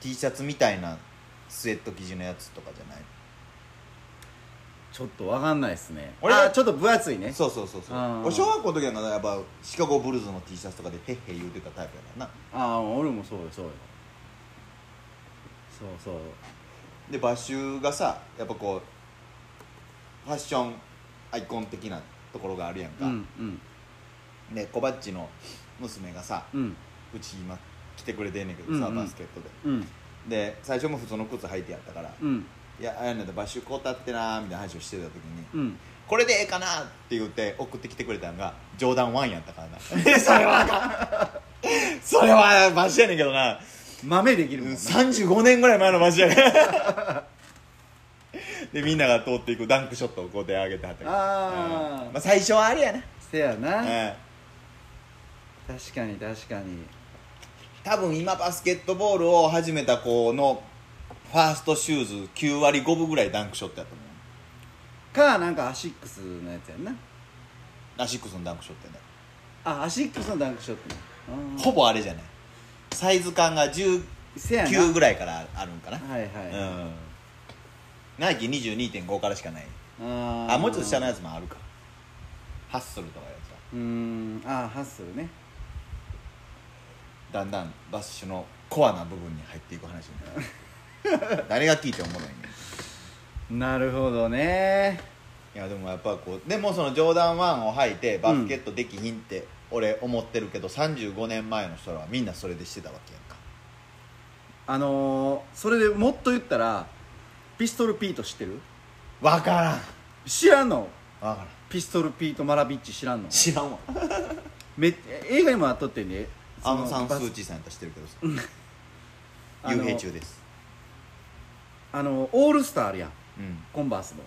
Speaker 2: T シャツみたいなスウェット生地のやつとかじゃない
Speaker 1: ちょっとわかんないですね
Speaker 2: 俺
Speaker 1: あーちょっと分厚いね
Speaker 2: そうそうそうそう
Speaker 1: うん
Speaker 2: 俺小学校の時なんかやっぱシカゴブルーズの T シャツとかでへっへ言うてたタイプやからな
Speaker 1: ああ俺もそうよそうよそうそう
Speaker 2: でバッシュがさやっぱこうファッションアイコン的なところがあるやんか、
Speaker 1: うんうん
Speaker 2: でコバッチの娘がさ
Speaker 1: うん
Speaker 2: うち今来てくれてんねんけどさ、
Speaker 1: うんうん
Speaker 2: バスケットで
Speaker 1: うん
Speaker 2: で最初も普通の靴履いてやったから「
Speaker 1: うん
Speaker 2: いやあやねとバッシュこうたってな」みたいな話をしてた時に「
Speaker 1: うん
Speaker 2: これでええかな」って言って送ってきてくれたのが冗談ワンやったからなえ それはあかんそれはバッシュやねんけどな
Speaker 1: 豆できるもんな
Speaker 2: 35年ぐらい前のマジや ねでみんなが通っていくダンクショットをこう手上げてはったけど
Speaker 1: あー
Speaker 2: うんまあ、最初はあれやな、
Speaker 1: せやな、
Speaker 2: うん
Speaker 1: 確かに確かに
Speaker 2: 多分今バスケットボールを始めた子のファーストシューズ9割5分ぐらいダンクショットやと思う
Speaker 1: かなんかアシックスのやつやんな
Speaker 2: アシックスのダンクショットやね
Speaker 1: あアシックスのダンクショットねうん
Speaker 2: ほぼあれじゃないサイズ感が19
Speaker 1: せやな
Speaker 2: ぐらいからあるんかな、
Speaker 1: はいはい、
Speaker 2: うんナイキ22.5からしかない
Speaker 1: あー
Speaker 2: あもうちょっと下のやつもあるかハッスルとかいうやつだ
Speaker 1: うーんあーハッスルね
Speaker 2: だんだんバッシュのコアな部分に入っていく話に なる誰が聞いてもおもろいね
Speaker 1: なるほどね
Speaker 2: いやでもやっぱこうでもそのジョーダン1を履いてバスケットできひんって俺思ってるけど、35年前の人らはみんなそれでしてたわけやんか
Speaker 1: あのー、それでもっと言ったらピストルピート知ってる
Speaker 2: 分からん
Speaker 1: 知らんの
Speaker 2: 分からん
Speaker 1: ピストルピートマラビッチ知らんの
Speaker 2: 知らんわ
Speaker 1: め映画にもなっとってね
Speaker 2: あのサン・ス
Speaker 1: バス
Speaker 2: ー・チーさんやったら知ってるけどさ
Speaker 1: あ
Speaker 2: 幽
Speaker 1: の
Speaker 2: 閉中です
Speaker 1: あのオールスターあるやん
Speaker 2: うん
Speaker 1: コンバースの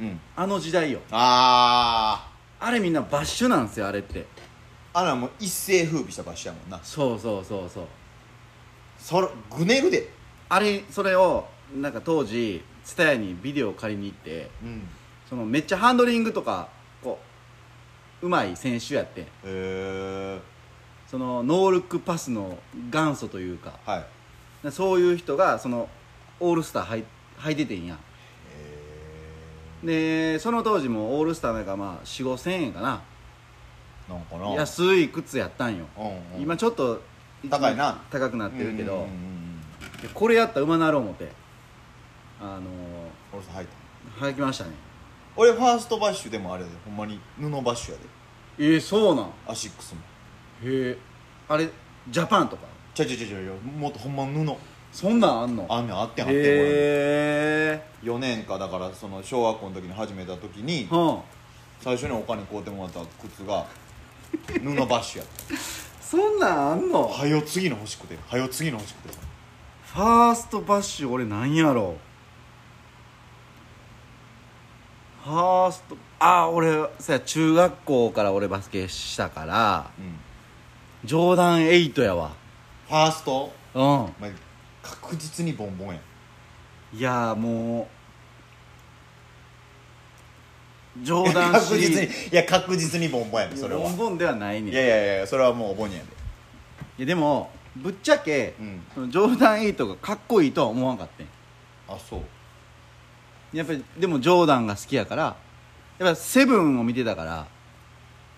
Speaker 2: うん
Speaker 1: あの時代よ
Speaker 2: あ
Speaker 1: あれみんなバッシュなんですよあれって
Speaker 2: ああらもう一世風靡したバッシュやもんな
Speaker 1: そうそうそうそう
Speaker 2: それぐねるで
Speaker 1: あれそれをなんか当時蔦屋にビデオ借りに行って
Speaker 2: うん
Speaker 1: そのめっちゃハンドリングとかこううまい選手やってん
Speaker 2: へえ
Speaker 1: そのノールックパスの元祖というか
Speaker 2: はいへ
Speaker 1: そういう人がそのオールスター入入っててんや
Speaker 2: え
Speaker 1: でその当時もオールスターなんかまあ4 5千円かな
Speaker 2: なんかな
Speaker 1: 安い靴やったんよ
Speaker 2: うんうん
Speaker 1: 今ちょっと
Speaker 2: 高いな
Speaker 1: 高くなってるけど、
Speaker 2: うんうんうんうん
Speaker 1: でこれやったら馬なろう思ってあの
Speaker 2: 俺さ入った
Speaker 1: ー、履きましたね
Speaker 2: 俺ファーストバッシュでもあれやでほんまに布バッシュやで
Speaker 1: えー、そうなん
Speaker 2: アシックスも
Speaker 1: へえあれジャパンとか
Speaker 2: ちゃちゃちゃちゃもっとほんま布
Speaker 1: そんなんあんの
Speaker 2: あんねんあってんあってん
Speaker 1: へえ
Speaker 2: 4年かだからその小学校の時に始めた時に
Speaker 1: は
Speaker 2: 最初にお金買うてもらった靴が布バッシュやっ
Speaker 1: あそんなんあんの、
Speaker 2: たはよ次の欲しくてはよ次の欲しくてさ
Speaker 1: ファーストバッシュ俺なんやろファーストああ俺そうや中学校から俺バスケしたから
Speaker 2: うん
Speaker 1: ジョーダン8やわ
Speaker 2: ファースト、
Speaker 1: う
Speaker 2: まあ、確実にボンボンや
Speaker 1: んいやーもうジョーダンシ
Speaker 2: 確
Speaker 1: リ
Speaker 2: 実に
Speaker 1: ー
Speaker 2: いや確実にボンボンやで
Speaker 1: ズ
Speaker 2: それは
Speaker 1: ボンボンではないねん
Speaker 2: いやいやいやそれはもうボニーやで
Speaker 1: いやでもぶっちゃけ、
Speaker 2: うん
Speaker 1: そのジョーダン8がかっこいいとは思わんかったん
Speaker 2: あそう
Speaker 1: やっぱりでもジョーダンが好きやからやっぱセブンを見てたから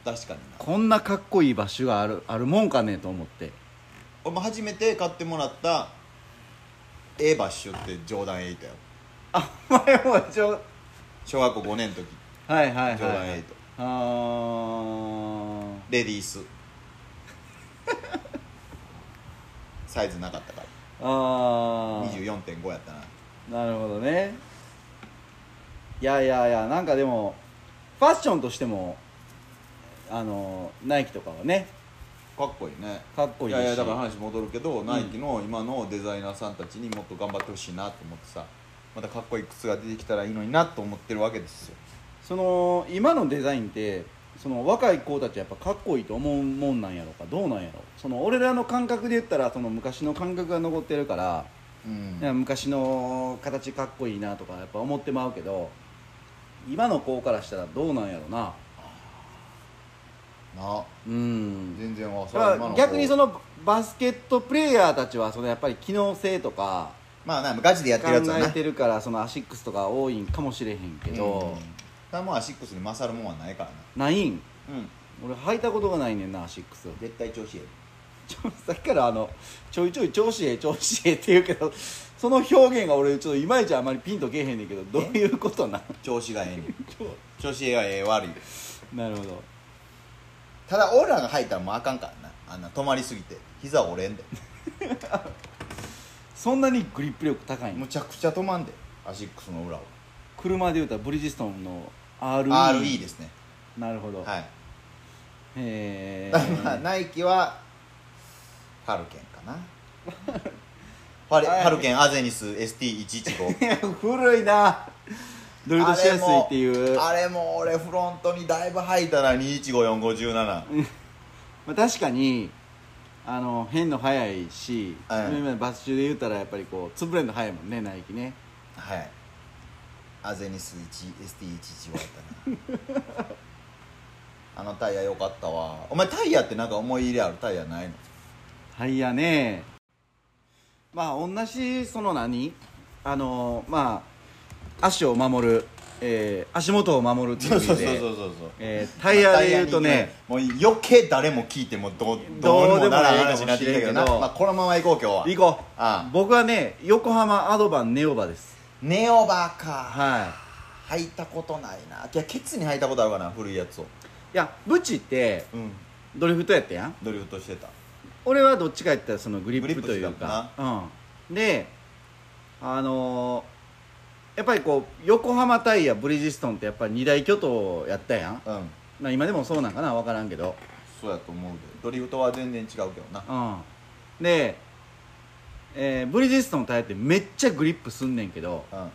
Speaker 2: 確かにな
Speaker 1: こんなかっこいい場所があるあるもんかねと思って
Speaker 2: 俺も初めて買ってもらったエバッシュってジョーダン8やよ
Speaker 1: あ前もジョ
Speaker 2: 小学校5年の時
Speaker 1: はいはいはい
Speaker 2: ジョーダン8
Speaker 1: あー
Speaker 2: レディ ースサイズなかったから
Speaker 1: あー
Speaker 2: 24.5やったな
Speaker 1: なるほどねいやいやいやなんかでもファッションとしてもあのナイキとかはね
Speaker 2: かっこいいね
Speaker 1: かっこいい
Speaker 2: やいや
Speaker 1: し
Speaker 2: だから話戻るけど、ナイキの今のデザイナーさんたちにもっと頑張ってほしいなと思ってさまたかっこいい靴が出てきたらいいのになと思ってるわけですよ
Speaker 1: その今のデザインってその若い子たちやっぱかっこいいと思うもんなんやろかどうなんやろその俺らの感覚で言ったらその昔の感覚が残ってるから、
Speaker 2: うん
Speaker 1: いや昔の形かっこいいなとかやっぱ思ってまうけど今の子からしたらどうなんやろな
Speaker 2: な
Speaker 1: うん
Speaker 2: 全然わ
Speaker 1: だから逆にそ
Speaker 2: の
Speaker 1: のバスケットプレーヤーたちはそのやっぱり機能性とか
Speaker 2: まあなガチでやって
Speaker 1: 考
Speaker 2: るやつは
Speaker 1: え
Speaker 2: ね
Speaker 1: てるからそのアシックスとか多いんかもしれへんけど、
Speaker 2: ただまあアシックスに勝るもんはないからな
Speaker 1: ないん
Speaker 2: うん
Speaker 1: 俺履いたことがないねんなアシックス
Speaker 2: 絶対調子え
Speaker 1: ちょさっきからあのちょいちょい調子ええ調子ええって言うけどその表現が俺ちょっといまいちあまりピンとけえへんねんけどどういうことなん
Speaker 2: え調子がええねん 調子ええはええ悪い
Speaker 1: なるほど
Speaker 2: ただ俺らが入ったらもうあかんからなあんな止まりすぎて膝折れんで
Speaker 1: そんなにグリップ力高いん
Speaker 2: むちゃくちゃ止まんでアシックスの裏は
Speaker 1: 車で言うたらブリヂストンの RE,
Speaker 2: RE ですね
Speaker 1: なるほど、
Speaker 2: はい
Speaker 1: へえ
Speaker 2: だから まあナイキはハルケンかな ハルハルケンアゼニス ST115
Speaker 1: 古いなドリルドしやすいっていう
Speaker 2: あれもあれも俺フロントにだいぶ入ったな215457
Speaker 1: まあ、確かにあの変の早いし、
Speaker 2: はい
Speaker 1: 今のバス中で言うたらやっぱりこう潰れるの早いもんねナイキね
Speaker 2: はいアゼニス 1ST115 や ったなあのタイヤ良かったわお前タイヤってなんか思い入れあるタイヤないの
Speaker 1: タイヤねまあ同じその何あのまあ足を守る、えー足元を守るっていう意味で
Speaker 2: うそう
Speaker 1: えータイヤで言うとね
Speaker 2: もう余計誰も聞いてもどうどうにもならん話になってきたけどな
Speaker 1: どうでもええかもしれんけど
Speaker 2: まあ、このまま行こう今日は
Speaker 1: 行こう
Speaker 2: ああ
Speaker 1: 僕はね横浜アドバンネオバです
Speaker 2: ネオバーか
Speaker 1: はい
Speaker 2: 履いたことないないやケツに履いたことあるかな古いやつを
Speaker 1: いやブチって
Speaker 2: うん
Speaker 1: ドリフトやったやん
Speaker 2: ドリフトしてた
Speaker 1: 俺はどっちかやったらそのグリップという
Speaker 2: グリッ
Speaker 1: かうんであのーやっぱりこう横浜タイヤブリヂストンってやっぱり二大巨頭やったやん
Speaker 2: うん
Speaker 1: まあ今でもそうなんかな分からんけど
Speaker 2: そうやと思うでドリフトは全然違うけどな
Speaker 1: うんで、えーブリヂストンのタイヤってめっちゃグリップすんねんけど
Speaker 2: うん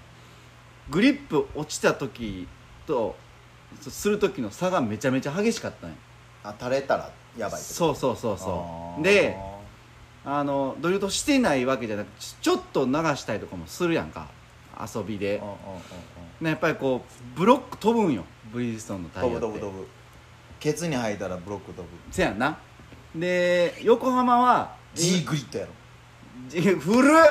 Speaker 1: グリップ落ちた時とそする時の差がめちゃめちゃ激しかったんや
Speaker 2: あ垂れたらやばいってこと
Speaker 1: そうそうそう
Speaker 2: あ
Speaker 1: そ
Speaker 2: ー
Speaker 1: うであのドリフトしてないわけじゃなくちちょっと流したりとかもするやんか遊び
Speaker 2: うん
Speaker 1: で
Speaker 2: うんうんうん、
Speaker 1: ね、やっぱりこうブロック飛ぶんよブリヂストンのタイヤ
Speaker 2: 飛
Speaker 1: って
Speaker 2: ぶ飛ぶ飛ぶケツに履いたらブロック飛ぶ
Speaker 1: せやんなで横浜は
Speaker 2: G グリッドやろ
Speaker 1: じ古っ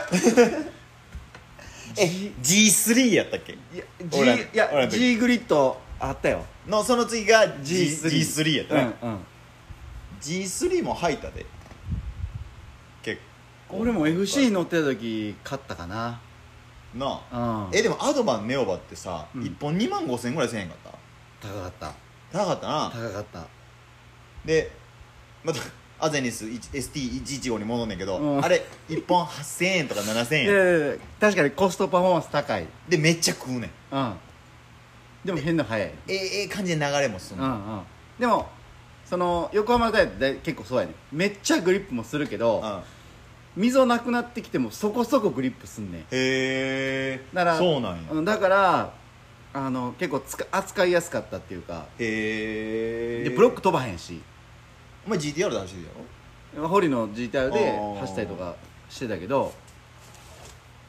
Speaker 2: え
Speaker 1: G-
Speaker 2: G3 やったっけ
Speaker 1: いや
Speaker 2: 俺ら
Speaker 1: G いや
Speaker 2: 俺らの時
Speaker 1: G グリッドあったよ
Speaker 2: のその次が G
Speaker 1: G3
Speaker 2: G3 やったね、
Speaker 1: うんうん
Speaker 2: G3 も入ったで結構
Speaker 1: 俺も FC 乗ってた時勝ったかな
Speaker 2: なあ
Speaker 1: うん
Speaker 2: えでもアドバンネオバってさ、
Speaker 1: うん
Speaker 2: 一1本2万5000円ぐらいせえへんかった
Speaker 1: 高かった
Speaker 2: 高かったな
Speaker 1: 高かった
Speaker 2: でまたアゼニス ST115 に戻んねんけど、
Speaker 1: うん
Speaker 2: あれ1本8000円とか7000
Speaker 1: い
Speaker 2: 円
Speaker 1: やいやいや確かにコストパフォーマンス高いうん
Speaker 2: でめっちゃ食うねん
Speaker 1: でも変な早い
Speaker 2: ええええ感じで流れもすん
Speaker 1: う
Speaker 2: の、
Speaker 1: んうんでもその横浜大って結構そうやねめっちゃグリップもするけど、
Speaker 2: うんへ
Speaker 1: 溝なくなってきてもそこそこグリップすんねん
Speaker 2: え
Speaker 1: だから
Speaker 2: そうなんや、
Speaker 1: うんだからあの結構つか扱いやすかったっていうか
Speaker 2: へえ
Speaker 1: でブロック飛ばへんし
Speaker 2: お前 GTR で走るやろ
Speaker 1: 堀の GTR で
Speaker 2: あー
Speaker 1: 走ったりとかしてたけど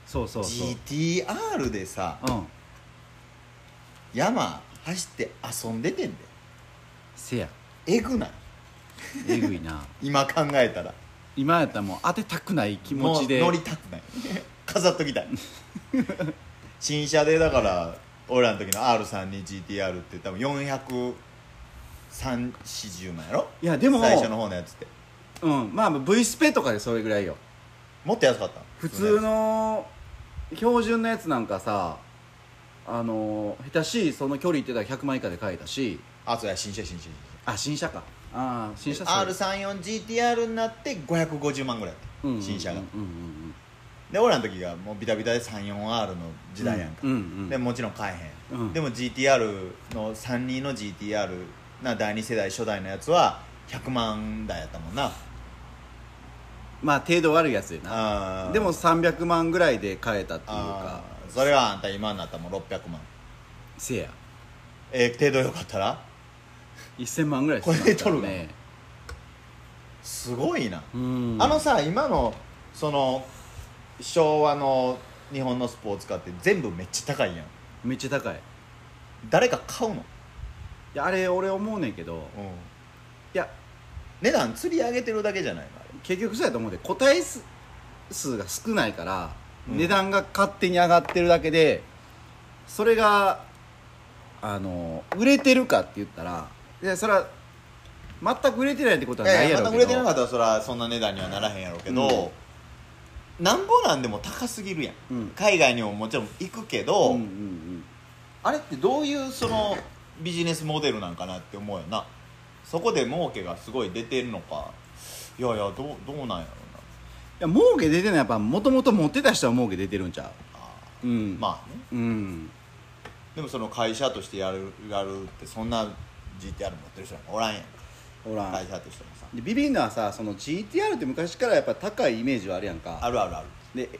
Speaker 1: そうそうそう、
Speaker 2: GTR でさ
Speaker 1: うん
Speaker 2: 山走って遊んでてんで
Speaker 1: せや
Speaker 2: えぐない
Speaker 1: えぐい な
Speaker 2: 今考えたら
Speaker 1: 今やったらもう当てたくない気持ちで
Speaker 2: もう乗りたくない飾っときたい新車でだから俺らの時の R32GTR って多分430万やろ
Speaker 1: いやでも
Speaker 2: 最初の方のやつって
Speaker 1: うんまあ V スペとかでそれぐらいよ
Speaker 2: もっと安かった
Speaker 1: 普通の標準のやつなんかさあの下手しいその距離行ってたら100万以下で買えたし
Speaker 2: あそうや新車新車新
Speaker 1: あ新車かああ新車
Speaker 2: 車
Speaker 1: そう
Speaker 2: R34GTR になって550万ぐらいやった、
Speaker 1: うんうん
Speaker 2: 新車が
Speaker 1: うんうんうん
Speaker 2: で俺らの時がもうビタビタで 34R の時代やんか、
Speaker 1: うんうん
Speaker 2: でもちろん買えへん、
Speaker 1: うん
Speaker 2: でも GTR の32の GTR な第2世代初代のやつは100万台やったもんな
Speaker 1: まあ程度悪いやつやな
Speaker 2: あー
Speaker 1: でも300万ぐらいで買えたっていう
Speaker 2: あ
Speaker 1: か
Speaker 2: ーそれはあんた今になったらもん600万
Speaker 1: せや
Speaker 2: えー、程度よかったら
Speaker 1: 1000万ぐらい
Speaker 2: これ
Speaker 1: してますから
Speaker 2: 取すごいな、
Speaker 1: うん
Speaker 2: あのさ今のその昭和の日本のスポーツカーって全部めっちゃ高いやん
Speaker 1: めっちゃ高いい
Speaker 2: 誰か買うの、
Speaker 1: やあれ俺思うねんけど
Speaker 2: うん、
Speaker 1: いや
Speaker 2: 値段釣り上げてるだけじゃないのあれ
Speaker 1: 結局そうやと思うで個体数数が少ないから、
Speaker 2: うん
Speaker 1: 値段が勝手に上がってるだけでそれがあの売れてるかって言ったらいやそれは全く売れてないってことはないいや
Speaker 2: や
Speaker 1: ろ
Speaker 2: ま
Speaker 1: う
Speaker 2: た
Speaker 1: けど
Speaker 2: 売れてなかったらそらそんな値段にはならへんやろうけど、なんぼなんでも高すぎるやん、
Speaker 1: うん
Speaker 2: 海外にももちろん行くけど、
Speaker 1: うんうんうん
Speaker 2: あれってどういうそのビジネスモデルなんかなって思うよなそこで儲けがすごい出てるのかいやいやどうどうなんやろうない
Speaker 1: や儲け出てないやっぱもともと持ってた人は儲け出てるんちゃ
Speaker 2: あ
Speaker 1: ううん
Speaker 2: ーまあね
Speaker 1: うん
Speaker 2: でもその会社としてやるやるってそんな GTR 持ってる人なんかおらんやん
Speaker 1: ほら、
Speaker 2: 会社としてもさ
Speaker 1: でビビンのはさその GTR って昔からやっぱ高いイメージはあるやんか
Speaker 2: あるあるある
Speaker 1: で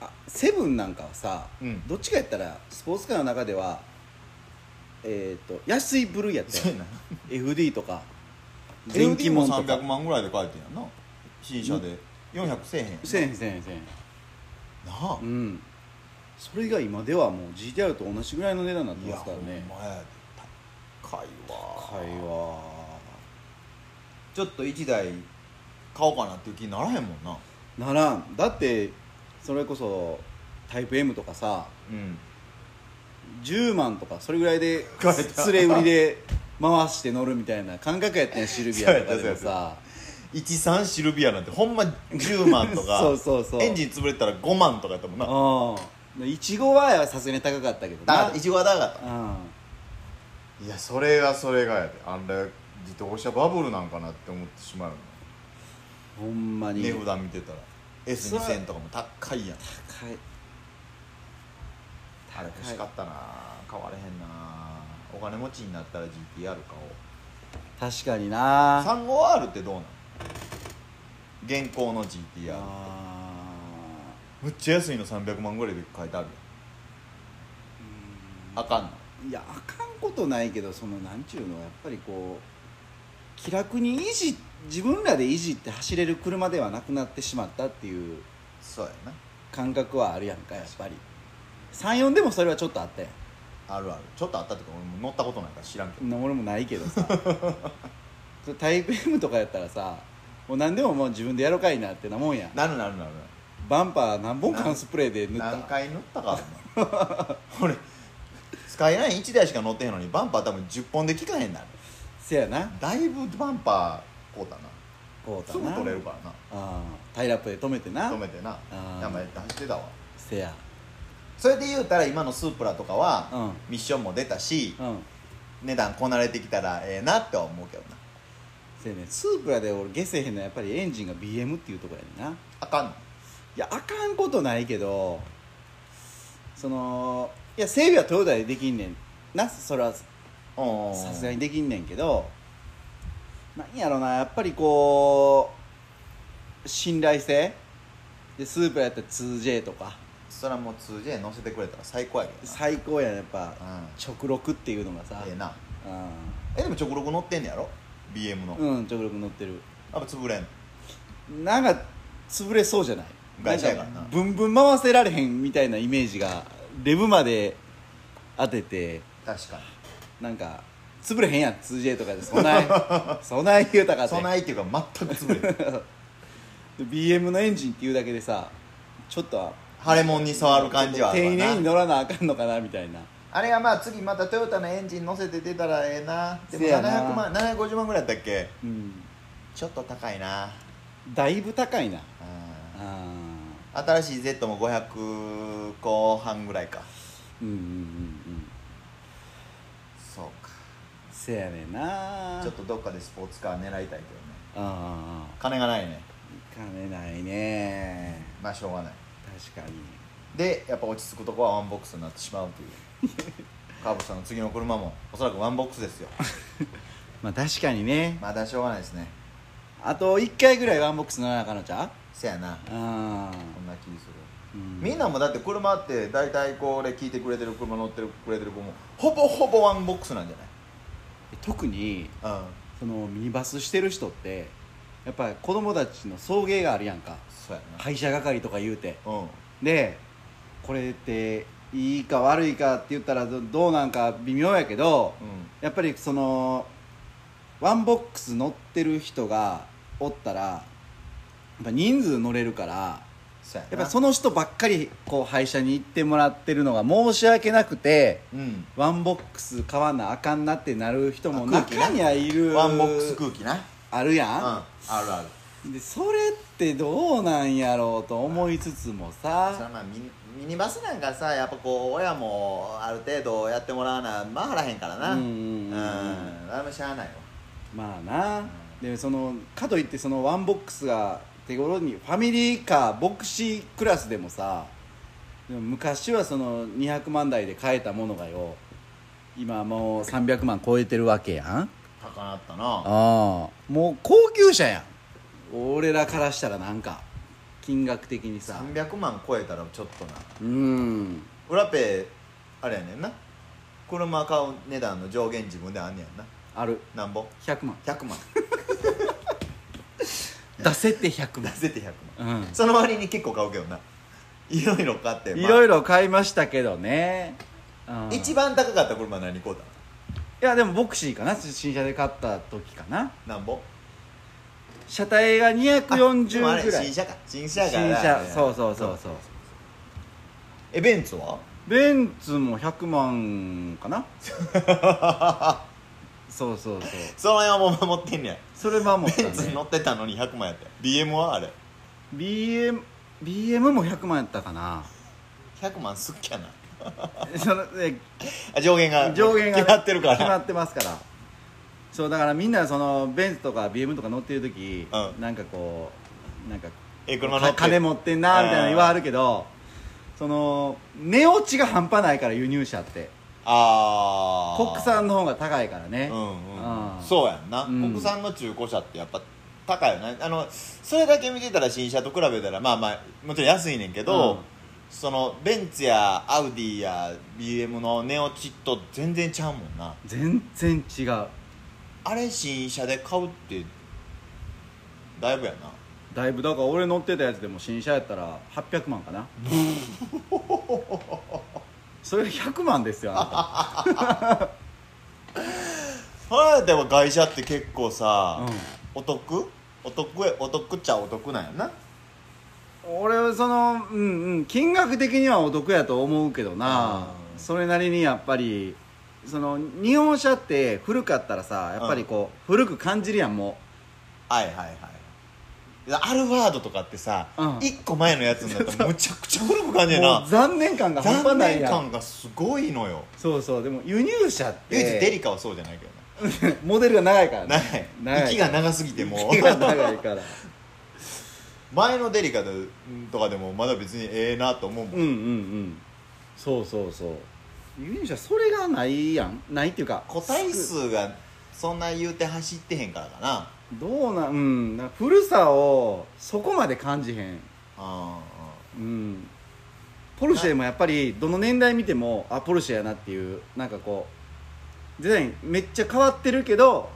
Speaker 1: あセブンなんかはさ、
Speaker 2: うん
Speaker 1: どっちかやったらスポーツカーの中ではえっ、と安い部類やった
Speaker 2: そう
Speaker 1: よ
Speaker 2: や な
Speaker 1: FD とか
Speaker 2: 電気も
Speaker 1: とか
Speaker 2: 300万ぐらいで買えてんやんな新車で400せえへんやんな
Speaker 1: せんせんせん
Speaker 2: なあ
Speaker 1: うんそれが今ではもう GTR と同じぐらいの値段になって
Speaker 2: いや
Speaker 1: ますからね
Speaker 2: ほんまやで高いわ
Speaker 1: 高いわ
Speaker 2: ちょっと1台買おうかなっていう気にならへんもんな
Speaker 1: ならんだってそれこそタイプ M とかさ
Speaker 2: うん
Speaker 1: 10万とかそれぐらいで
Speaker 2: 買えた
Speaker 1: 連れ売りで回して乗るみたいな感覚やったんやシルビアとかでも
Speaker 2: そう
Speaker 1: さ
Speaker 2: 13シルビアなんてほんま10万と か
Speaker 1: そうそうそう
Speaker 2: エンジン潰れたら5万とかやったもんな
Speaker 1: うんいちごはさすがに高かったけどな
Speaker 2: あいちごはだかっ
Speaker 1: う
Speaker 2: たいやそれがそれがやであれ自動車バブルなんかなって思ってしまうよ
Speaker 1: んほんまに
Speaker 2: 値札見てたら S2000 とかも高いやん
Speaker 1: 高い
Speaker 2: あれ欲しかったな買われへんなお金持ちになったら GTR 買おう
Speaker 1: 確かにな
Speaker 2: 35R ってどうなの現行の GTR
Speaker 1: あ
Speaker 2: むっちゃ安いの300万ぐらいで書いてあるやんあかんの
Speaker 1: ーいやあかんことないけどそのなんちゅうのやっぱりこう気楽に維持自分らで維持って走れる車ではなくなってしまったっていう
Speaker 2: そうやな
Speaker 1: 感覚はあるやんかやっぱり34でもそれはちょっとあったやん
Speaker 2: あるあるちょっとあったってか俺も乗ったことないから知らんけど
Speaker 1: な俺もないけどさ それタイプ M とかやったらさもう何でももう自分でやろうかいなってなもんやん
Speaker 2: なるなるなる
Speaker 1: バンパー何本缶スプレーで塗っ
Speaker 2: 何
Speaker 1: た
Speaker 2: 回乗ったかお前 俺スカイライン1台しか乗ってへんのにバンパー多分10本で効かへんなる
Speaker 1: せやな
Speaker 2: だいぶバンパーこうだな
Speaker 1: こう
Speaker 2: す
Speaker 1: だ
Speaker 2: ぐ
Speaker 1: な
Speaker 2: 取れるから
Speaker 1: ああタイラップで止めてな
Speaker 2: な止めてな
Speaker 1: あー
Speaker 2: やっぱやって走ってたわ
Speaker 1: せや
Speaker 2: それで言うたら今のスープラとかは
Speaker 1: う
Speaker 2: ミッションも出たし
Speaker 1: うん
Speaker 2: 値段こなれてきたらええなっては思うけどな
Speaker 1: せやねスープラで俺ゲセへんのはやっぱりエンジンが BM っていうとこやねんな
Speaker 2: あかんの
Speaker 1: いやあかんことないけどそのいや整備はトヨタでできんねんなそれはさ
Speaker 2: さ
Speaker 1: すがにできんねんけどなんやろなやっぱりこう信頼性でスープラやったら 2J とか
Speaker 2: それはもう 2J 載せてくれたら最高やけど
Speaker 1: 最高やねやっぱ
Speaker 2: なうん
Speaker 1: 直録っていうのがさ
Speaker 2: ええな
Speaker 1: う
Speaker 2: えでも直録乗ってんねやろ BM の、やっ
Speaker 1: ん、うん、直録乗ってる
Speaker 2: ぱ潰れん
Speaker 1: なんか潰れそうじゃない
Speaker 2: 会社やからなん
Speaker 1: ブンブン回せられへんみたいなイメージがレブまで当てて
Speaker 2: 確かに
Speaker 1: なんか潰れへんやん 2J とかでそ ないそない言うたかて
Speaker 2: そないっていうか全く潰れん
Speaker 1: で BM のエンジンっていうだけでさちょっとは
Speaker 2: 腫れ物に触る感じはあるわ
Speaker 1: 丁寧に
Speaker 2: な
Speaker 1: 乗らなあかんのかなみたいな
Speaker 2: あれがまあ次またトヨタのエンジン乗せて出たらええなでも
Speaker 1: せやな
Speaker 2: 700万750万ぐらいだったっけ
Speaker 1: うん
Speaker 2: ちょっと高いな
Speaker 1: だいぶ高いな
Speaker 2: うん
Speaker 1: あ
Speaker 2: 新しい Z も500後半ぐらいか
Speaker 1: ーうんうんうんうん
Speaker 2: そうか
Speaker 1: せやねんな
Speaker 2: ちょっとどっかでスポーツカー狙いたいけどね
Speaker 1: ああ
Speaker 2: 金がないね
Speaker 1: 金ないね
Speaker 2: まあしょうがない
Speaker 1: 確かに
Speaker 2: でやっぱ落ち着くとこはワンボックスになってしまうというカーブさんの次の車もおそらくワンボックスですよ
Speaker 1: まあ確かにね
Speaker 2: まだしょうがないですね
Speaker 1: あと1回ぐらいワンボックス乗らなあかんのちゃう
Speaker 2: せやな
Speaker 1: あ
Speaker 2: こんな気する
Speaker 1: ーうん
Speaker 2: みんなもだって車って大体これ聞いてくれてる車乗ってくれてる子もほぼほぼワンボックスなんじゃ
Speaker 1: 特に
Speaker 2: ないうん
Speaker 1: そのミニバスしてる人ってやっぱり子供たちの送迎があるやんか
Speaker 2: そうや
Speaker 1: 会社係とか言うて
Speaker 2: なうん
Speaker 1: でこれっていいか悪いかって言ったらどどうなんか微妙やけど
Speaker 2: うん
Speaker 1: やっぱりそのワンボックス乗ってる人がおったらやっぱ人数乗れるから
Speaker 2: そうや
Speaker 1: や
Speaker 2: な
Speaker 1: っぱその人ばっかりこう廃車に行ってもらってるのが申し訳なくて
Speaker 2: うん
Speaker 1: ワンボックス買わなあかんなってなる人も
Speaker 2: あ空気な
Speaker 1: 中にはいる
Speaker 2: ワンボックス空気なうん
Speaker 1: ある
Speaker 2: あ
Speaker 1: や
Speaker 2: るある
Speaker 1: ん、でそれってどうなんやろうと思いつつも
Speaker 2: それは
Speaker 1: さ
Speaker 2: まあミニミニバスなんかさやっぱこう親もある程度やってもらわな回らへんからな
Speaker 1: うん
Speaker 2: うんあれもしゃあないわ
Speaker 1: まあなでそのかといってそのワンボックスが手頃にファミリーカーボクシークラスでもさでも昔はその200万台で買えたものがよ今もう300万超えてるわけやん
Speaker 2: 高なったな
Speaker 1: ああもう高級車やん俺らからしたらなんか金額的にさ
Speaker 2: 300万超えたらちょっとな
Speaker 1: うん
Speaker 2: 裏ペあれやねんな車買う値段の上限自分であんねやんな
Speaker 1: ある
Speaker 2: なんぼ
Speaker 1: 100万
Speaker 2: 100万
Speaker 1: 出せて100
Speaker 2: 出
Speaker 1: 万
Speaker 2: せて100万
Speaker 1: うん
Speaker 2: その割に結構買うけどないろいろ買って、
Speaker 1: いろい
Speaker 2: ろ
Speaker 1: ろ買いましたけどね、うん
Speaker 2: 一番高かった車何買うた
Speaker 1: いやでもボクシーかな新車で買った時かな
Speaker 2: なんぼ
Speaker 1: 車体が
Speaker 2: でもあれ
Speaker 1: 240ぐらい
Speaker 2: 新
Speaker 1: 新
Speaker 2: 車か新車やから
Speaker 1: 車そうそうそうそう
Speaker 2: えベンツは
Speaker 1: ベンツも100万か なそうそうそう
Speaker 2: その辺はもう守ってんねや
Speaker 1: それ守った
Speaker 2: ベン
Speaker 1: ね
Speaker 2: ツ乗ってたのに100万やって BM はあれ
Speaker 1: BM, BM も100万やったか な
Speaker 2: 100万すっきゃな
Speaker 1: そのえ
Speaker 2: あ上限が
Speaker 1: 上限が
Speaker 2: 決まってるか
Speaker 1: 決ま
Speaker 2: ら
Speaker 1: ってますからそうだからみんなそのベンツとか BM とか乗ってる時、
Speaker 2: うん
Speaker 1: なんかこうなんか
Speaker 2: ええ車乗って
Speaker 1: 金持ってんなみたいな言わはるけどその値落ちが半端ないから輸入車って
Speaker 2: ああ
Speaker 1: 国産の方が高いからね、
Speaker 2: うん
Speaker 1: う
Speaker 2: うんんそうやんな、
Speaker 1: うん
Speaker 2: 国産の中古車ってやっぱ高いよねあのそれだけ見てたら新車と比べたらまあまあもちろん安いねんけど、
Speaker 1: うん
Speaker 2: そのベンツやアウディや BM のネオチッと全然ちゃうもんな
Speaker 1: 全然違う
Speaker 2: あれ新車で買うってだいぶやな
Speaker 1: だいぶだから俺乗ってたやつでも新車やったら800万かなそれ100万ですよあなた
Speaker 2: はいでも外車って結構 さ、
Speaker 1: うん
Speaker 2: お得お得やお得っちゃお得なんやな
Speaker 1: 俺はそのうんうん金額的にはお得やと思うけどな
Speaker 2: うん
Speaker 1: それなりにやっぱりその日本車って古かったらさやっぱりこう、古く感じるやんも
Speaker 2: はいはいはいアルファードとかってさ、
Speaker 1: うん
Speaker 2: 一1個前のやつになったらむちゃくちゃ古く感
Speaker 1: う
Speaker 2: じる
Speaker 1: も
Speaker 2: な
Speaker 1: う残念感が半
Speaker 2: 残
Speaker 1: 端ない
Speaker 2: 念
Speaker 1: やん
Speaker 2: 感がすごいのよ
Speaker 1: そうそうでも輸入車って
Speaker 2: 唯一デリカはそうじゃないけどね
Speaker 1: モデルが長いから
Speaker 2: 長
Speaker 1: ね
Speaker 2: い息が
Speaker 1: い
Speaker 2: 長すぎても
Speaker 1: 息が
Speaker 2: う
Speaker 1: 長いから
Speaker 2: 前のデリカでとかでもまだ別にええなと思うもん、
Speaker 1: うんうんうんそうそうそう輸入車それがないやんないっていうか
Speaker 2: 個体数がそんな言うて走ってへんからかな
Speaker 1: どうなんうんなんか古さをそこまで感じへん
Speaker 2: あ
Speaker 1: うんポルシェもやっぱりどの年代見てもあポルシェやなっていうなんかこうデザインめっちゃ変わってるけど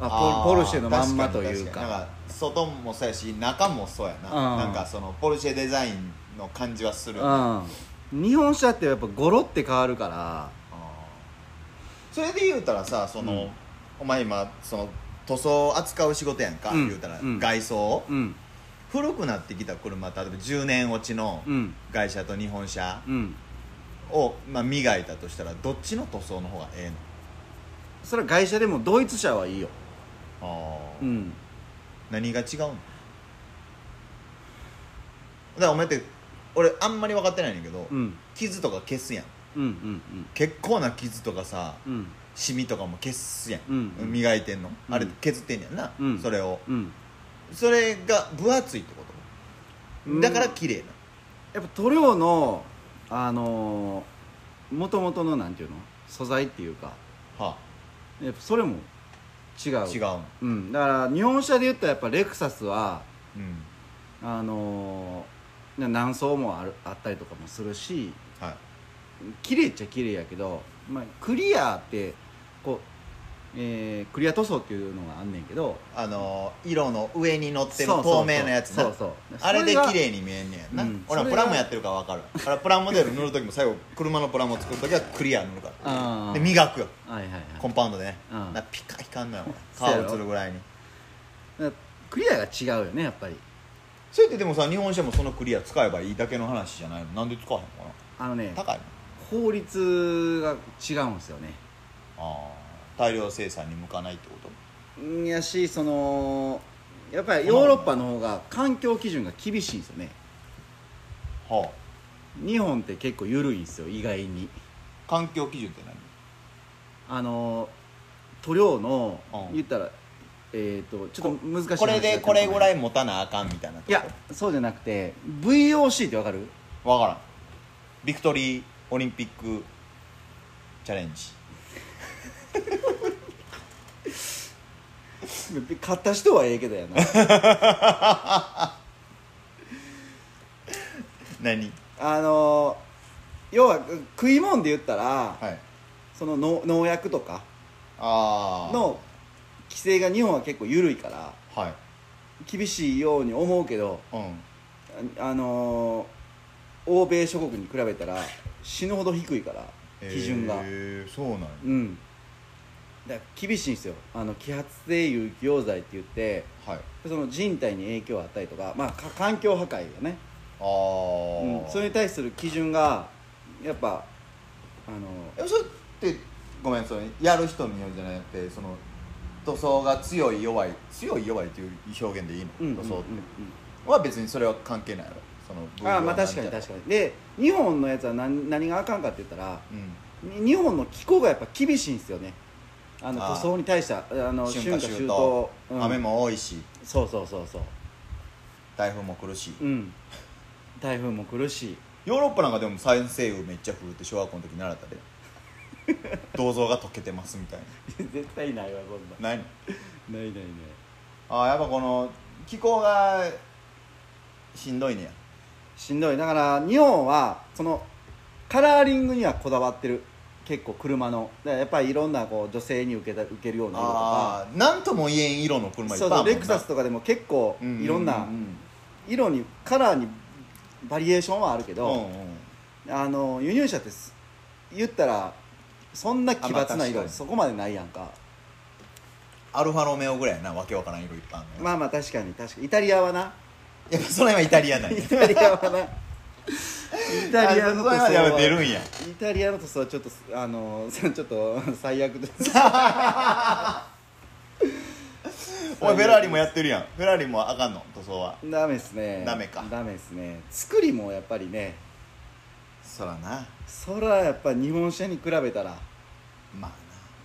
Speaker 1: あ
Speaker 2: あー
Speaker 1: ポポルシェのまんまという
Speaker 2: 確
Speaker 1: か
Speaker 2: に確になんか外もそうやし中もそうやな、
Speaker 1: うん
Speaker 2: なんかそのポルシェデザインの感じはするよね、
Speaker 1: うん、日本車ってやっぱゴロって変わるから
Speaker 2: あーそれで言うたらさその、
Speaker 1: うん
Speaker 2: お前今その塗装を扱う仕事やんか、
Speaker 1: うん
Speaker 2: 言うたら、
Speaker 1: うん
Speaker 2: 外装、
Speaker 1: うん
Speaker 2: 古くなってきた車例えば10年落ちの
Speaker 1: うん
Speaker 2: 外車と日本車
Speaker 1: うん
Speaker 2: を、まあ、磨いたとしたらどっちの塗装の方がええの
Speaker 1: それは外車でもドイツ車はいいよ、
Speaker 2: あ
Speaker 1: う
Speaker 2: ー
Speaker 1: ん、
Speaker 2: 何が違うのだからお前って俺あんまり分かってないねんだけど、
Speaker 1: うんうん
Speaker 2: 傷とか消すやん
Speaker 1: うんうん
Speaker 2: 結構な傷とかさ
Speaker 1: うん
Speaker 2: シミとかも消すやん、
Speaker 1: うんうん
Speaker 2: 磨いてんの、
Speaker 1: うん
Speaker 2: あれ削ってんねやんな、
Speaker 1: うん
Speaker 2: それを
Speaker 1: うん
Speaker 2: それが分厚いってこ
Speaker 1: うん
Speaker 2: とだから綺麗な、
Speaker 1: やっぱ塗料のあのー、元々のなんていうの素材っていうか
Speaker 2: は
Speaker 1: やっぱそれも違
Speaker 2: あ、
Speaker 1: う
Speaker 2: 違うの
Speaker 1: うん、だから日本車で言ったらやっぱレクサスは
Speaker 2: うん
Speaker 1: あのーな何層もあるあったりとかもするし
Speaker 2: はい
Speaker 1: 綺麗っちゃ綺麗やけど、まあ、クリアってこう、えークリア塗装っていうのがあんねんけど
Speaker 2: あのー色の上に乗ってる
Speaker 1: そうそうそう
Speaker 2: 透明なやつな
Speaker 1: そうそう
Speaker 2: あれで
Speaker 1: それが
Speaker 2: 綺麗に見えんねやんな、
Speaker 1: うん
Speaker 2: 俺は
Speaker 1: それ
Speaker 2: プ
Speaker 1: が
Speaker 2: ラモやってるから分かるだからプラモデル塗る時も最後車のプラモ作る時はクリア塗るか
Speaker 1: あ
Speaker 2: ら
Speaker 1: ー
Speaker 2: で磨くよ
Speaker 1: はいはいはい
Speaker 2: コンパウンドでね、
Speaker 1: うん
Speaker 2: だからピカピカんのよ
Speaker 1: そうやろ
Speaker 2: 皮映るぐらいに
Speaker 1: だからクリアが違うよねやっぱり
Speaker 2: それってでもさ日本車もそのクリア使えばいいだけの話じゃないのなんで使わへんのか
Speaker 1: あのね
Speaker 2: な高いの
Speaker 1: 法律が違うんですよね
Speaker 2: あー大量生産に向かないってこと
Speaker 1: んやしそのやっぱりヨーロッパの方が環境基準が厳しいんですよね
Speaker 2: はあ
Speaker 1: 日本って結構緩いんですよ意外に
Speaker 2: 環境基準って何
Speaker 1: あの塗料の、
Speaker 2: うん
Speaker 1: 言ったらえっ、とちょっと難しい話
Speaker 2: これでこれぐら
Speaker 1: い
Speaker 2: い持たなあかんみたいなとこ
Speaker 1: いやそうじゃなくて VOC ってわかる
Speaker 2: わからんビクトリーオリンピックチャレンジ
Speaker 1: 買った人はええけどや な
Speaker 2: 何
Speaker 1: あの要は食い物で言ったら、
Speaker 2: はい
Speaker 1: その農農薬とか
Speaker 2: ああ
Speaker 1: の規制が日本は結構緩いから
Speaker 2: はい
Speaker 1: 厳しいように思うけど
Speaker 2: うん
Speaker 1: ああの欧米諸国に比べたら死ぬほど低いから基準が、
Speaker 2: へえそうなんや
Speaker 1: うんだから厳しいんですよあの揮発性有機溶剤って言って
Speaker 2: はい
Speaker 1: その人体に影響を与えたりとか、まあ、か環境破壊がね、
Speaker 2: ああ、
Speaker 1: うん、それに対する基準がやっぱあ
Speaker 2: えそれってごめんそれやる人によるじゃなくてその塗装が強い弱い強い弱いという表現でいい
Speaker 1: の、
Speaker 2: の、
Speaker 1: うん
Speaker 2: 塗装って
Speaker 1: うんうんうん
Speaker 2: は別にそれは関係ないやろその
Speaker 1: ああまあ確かに確
Speaker 2: か
Speaker 1: かにで日本のやつは何何があかんかって言ったら
Speaker 2: に、うん、
Speaker 1: に日本の気候がやっぱ厳しいんですよねあの
Speaker 2: ああ
Speaker 1: 塗装に対してあの
Speaker 2: 春夏秋冬
Speaker 1: うん
Speaker 2: 雨も多いし
Speaker 1: そうそうそうそう
Speaker 2: 台風も来るし、
Speaker 1: うん台風も来るし
Speaker 2: ヨーロッパなんかでも再生雨めっちゃ降るって小学校の時 習ったで銅像が溶けてますみたい
Speaker 1: 絶対ないわこん
Speaker 2: な何
Speaker 1: なないないない
Speaker 2: ああやっぱこの気候がしんどいねや
Speaker 1: しんどいだから日本はそのカラーリングにはこだわってる結構車のだからやっぱりいろんなこう女性に受けた受けるような色とか
Speaker 2: ああなんとも言えん色の車いっぱ
Speaker 1: そ
Speaker 2: いうあ
Speaker 1: そ
Speaker 2: るも
Speaker 1: うん
Speaker 2: な
Speaker 1: レクサスとかでも結構
Speaker 2: うんうんうん
Speaker 1: いろんな色にカラーにバリエーションはあるけ
Speaker 2: うんうん
Speaker 1: ど、あの輸入車ってす言ったらそんな奇抜な
Speaker 2: あまあ確か
Speaker 1: 色
Speaker 2: に
Speaker 1: そこまでないやんか
Speaker 2: アルファロメオぐらいやなわけわからん色いっぱいあるのよ
Speaker 1: まあまあ確かに確かにイタリアはな
Speaker 2: やっぱそれ はイタリアなんや
Speaker 1: イタリアはなイタリアの
Speaker 2: あ
Speaker 1: 塗
Speaker 2: それ
Speaker 1: 装
Speaker 2: までやっぱ出る
Speaker 1: は
Speaker 2: んや
Speaker 1: イタリアの塗装はちょっとあの ちょっと最悪です
Speaker 2: お前フェラーリもやってるやんフェラーリもあかんの塗装は
Speaker 1: ダメですね
Speaker 2: ダメか
Speaker 1: ダメですね作りもやっぱりね
Speaker 2: そらな
Speaker 1: そらやっぱ日本車に比べたら
Speaker 2: まあな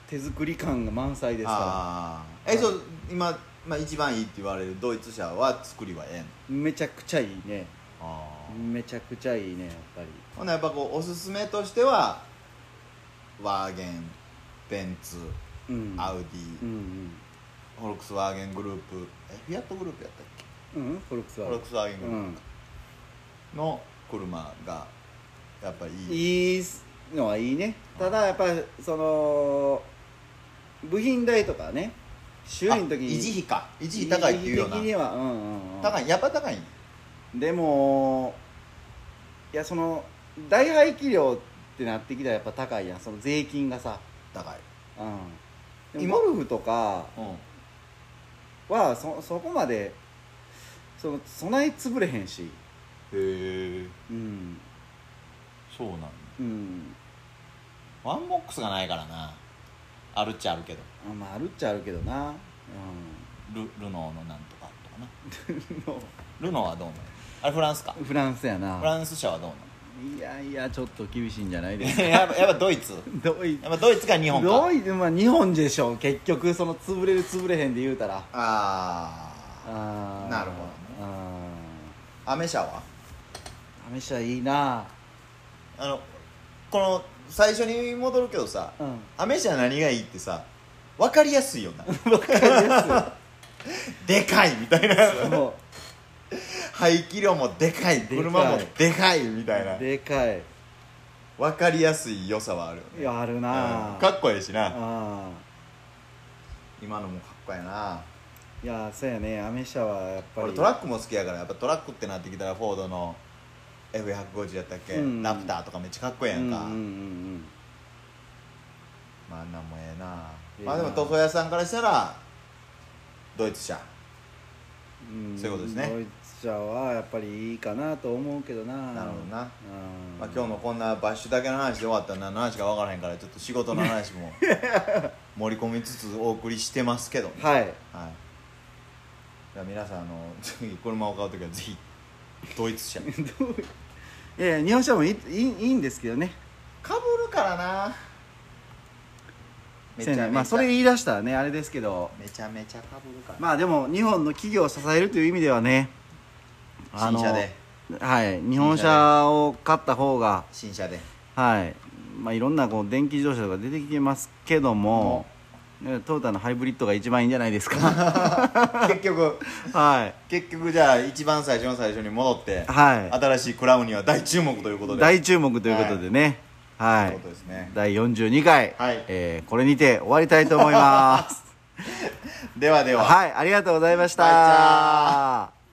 Speaker 1: 手作り感が満載ですか
Speaker 2: ああえそう今、まあ、一番いいって言われるドイツ車は作りはええの
Speaker 1: らめちゃくちゃいいね
Speaker 2: あ
Speaker 1: めちゃくちゃいいねやっぱり
Speaker 2: ほなやっぱこうおすすめとしてはワーゲンベンツ
Speaker 1: うん
Speaker 2: アウデ
Speaker 1: う
Speaker 2: ィ
Speaker 1: ん
Speaker 2: フォルクスワーゲングループえフィアットグループやったっけ
Speaker 1: うんうんフォルクス
Speaker 2: フ
Speaker 1: ワー
Speaker 2: ォ
Speaker 1: ゲ
Speaker 2: ル
Speaker 1: ン
Speaker 2: クスワーゲン
Speaker 1: う
Speaker 2: グルー
Speaker 1: ん
Speaker 2: プの車がやっぱりいい
Speaker 1: いいのはいいねただやっぱりその部品代とかね修理の時
Speaker 2: あ
Speaker 1: に
Speaker 2: 維持費か維持費高いっていうような
Speaker 1: 維持費的にはうんうん、うん、
Speaker 2: 高いやっぱ高いん
Speaker 1: でもいやその大排気量ってなってきたらやっぱ高いやんその税金がさ、
Speaker 2: 高い
Speaker 1: うん、で
Speaker 2: 今
Speaker 1: もゴルフとか
Speaker 2: うん
Speaker 1: はそそこまでその備え潰れへんし
Speaker 2: へえ
Speaker 1: うん
Speaker 2: そうなんだ
Speaker 1: うん
Speaker 2: ワンボックスがないからなあるっちゃあるけど
Speaker 1: あまああるっちゃあるけどな
Speaker 2: ルルノーのなんとかとかな
Speaker 1: うん の
Speaker 2: ルノーはどうなのあれフランスか
Speaker 1: フランスやな
Speaker 2: フランス車はどうない
Speaker 1: やいやちょっと厳しいんじゃないですか
Speaker 2: の やっぱやっぱドイツや
Speaker 1: どうい
Speaker 2: っぱドイツか日本か
Speaker 1: どういまあ日本でしょう結局その潰れる潰れへんで言うたら
Speaker 2: あ
Speaker 1: あー
Speaker 2: なるほどね
Speaker 1: あ
Speaker 2: あアメ車は
Speaker 1: ー試しはいいな
Speaker 2: あのこの最初に戻るけどさ、
Speaker 1: うん
Speaker 2: アメ車何がいいってさ分かりやすい よな でかいみたいな
Speaker 1: も
Speaker 2: 排気量もでかい
Speaker 1: でかい
Speaker 2: 車もでかいみたいうな
Speaker 1: でかい
Speaker 2: 分かりやすい良さはあるよね
Speaker 1: いやある
Speaker 2: う
Speaker 1: なん
Speaker 2: かっこいいしな
Speaker 1: あ
Speaker 2: 今のもかっこいいな
Speaker 1: ーいやそうやねアメ車はやっぱり
Speaker 2: 俺トラックも好きやからやっぱトラックってなってきたらフォードの F150 やったっけ、
Speaker 1: うん
Speaker 2: ラプターとかめっちゃかっこいいやんか、
Speaker 1: うんうんうん
Speaker 2: まああんなんもええな
Speaker 1: ええな
Speaker 2: まあでも塗装屋さんからしたらドイツ車
Speaker 1: うん、ん
Speaker 2: そういうことですね
Speaker 1: ドイツ車はやっぱりいいかなと思うけどな
Speaker 2: なるほどな、
Speaker 1: うん
Speaker 2: まあ、今日もこんなバッシュだけの話で終わったら何の話か分からへんからちょっと仕事の話 も盛り込みつつお送りしてますけどね
Speaker 1: はい
Speaker 2: はいじゃあ皆さんあの次車を買う時はぜひドイツ車か
Speaker 1: どういやいや日本車もいいいいいいんですけどね
Speaker 2: ぶるからなめちゃ
Speaker 1: そうやね
Speaker 2: めちゃ、
Speaker 1: まあそれ言い出したらねあれですけど
Speaker 2: めちゃめちゃかぶるから、
Speaker 1: まあでも日本の企業を支えるという意味ではねあの
Speaker 2: 新車で
Speaker 1: はい日本車を買った方が
Speaker 2: 新車で
Speaker 1: はいまあいろんなこう電気自動車とか出てきてますけども、ねトヨタのハイブリッドが一番いいんじゃないですか
Speaker 2: 結局
Speaker 1: は
Speaker 2: 結局じゃあ一番最初の最初に戻って、
Speaker 1: いは
Speaker 2: 新しいクラウンには大注目ということ
Speaker 1: い
Speaker 2: で
Speaker 1: 大注目ということでねはい、
Speaker 2: ということですね
Speaker 1: 第42回、
Speaker 2: はい
Speaker 1: えーこれにて終わりたいと思います
Speaker 2: ではでは
Speaker 1: はいありがとうございました
Speaker 2: バイチャ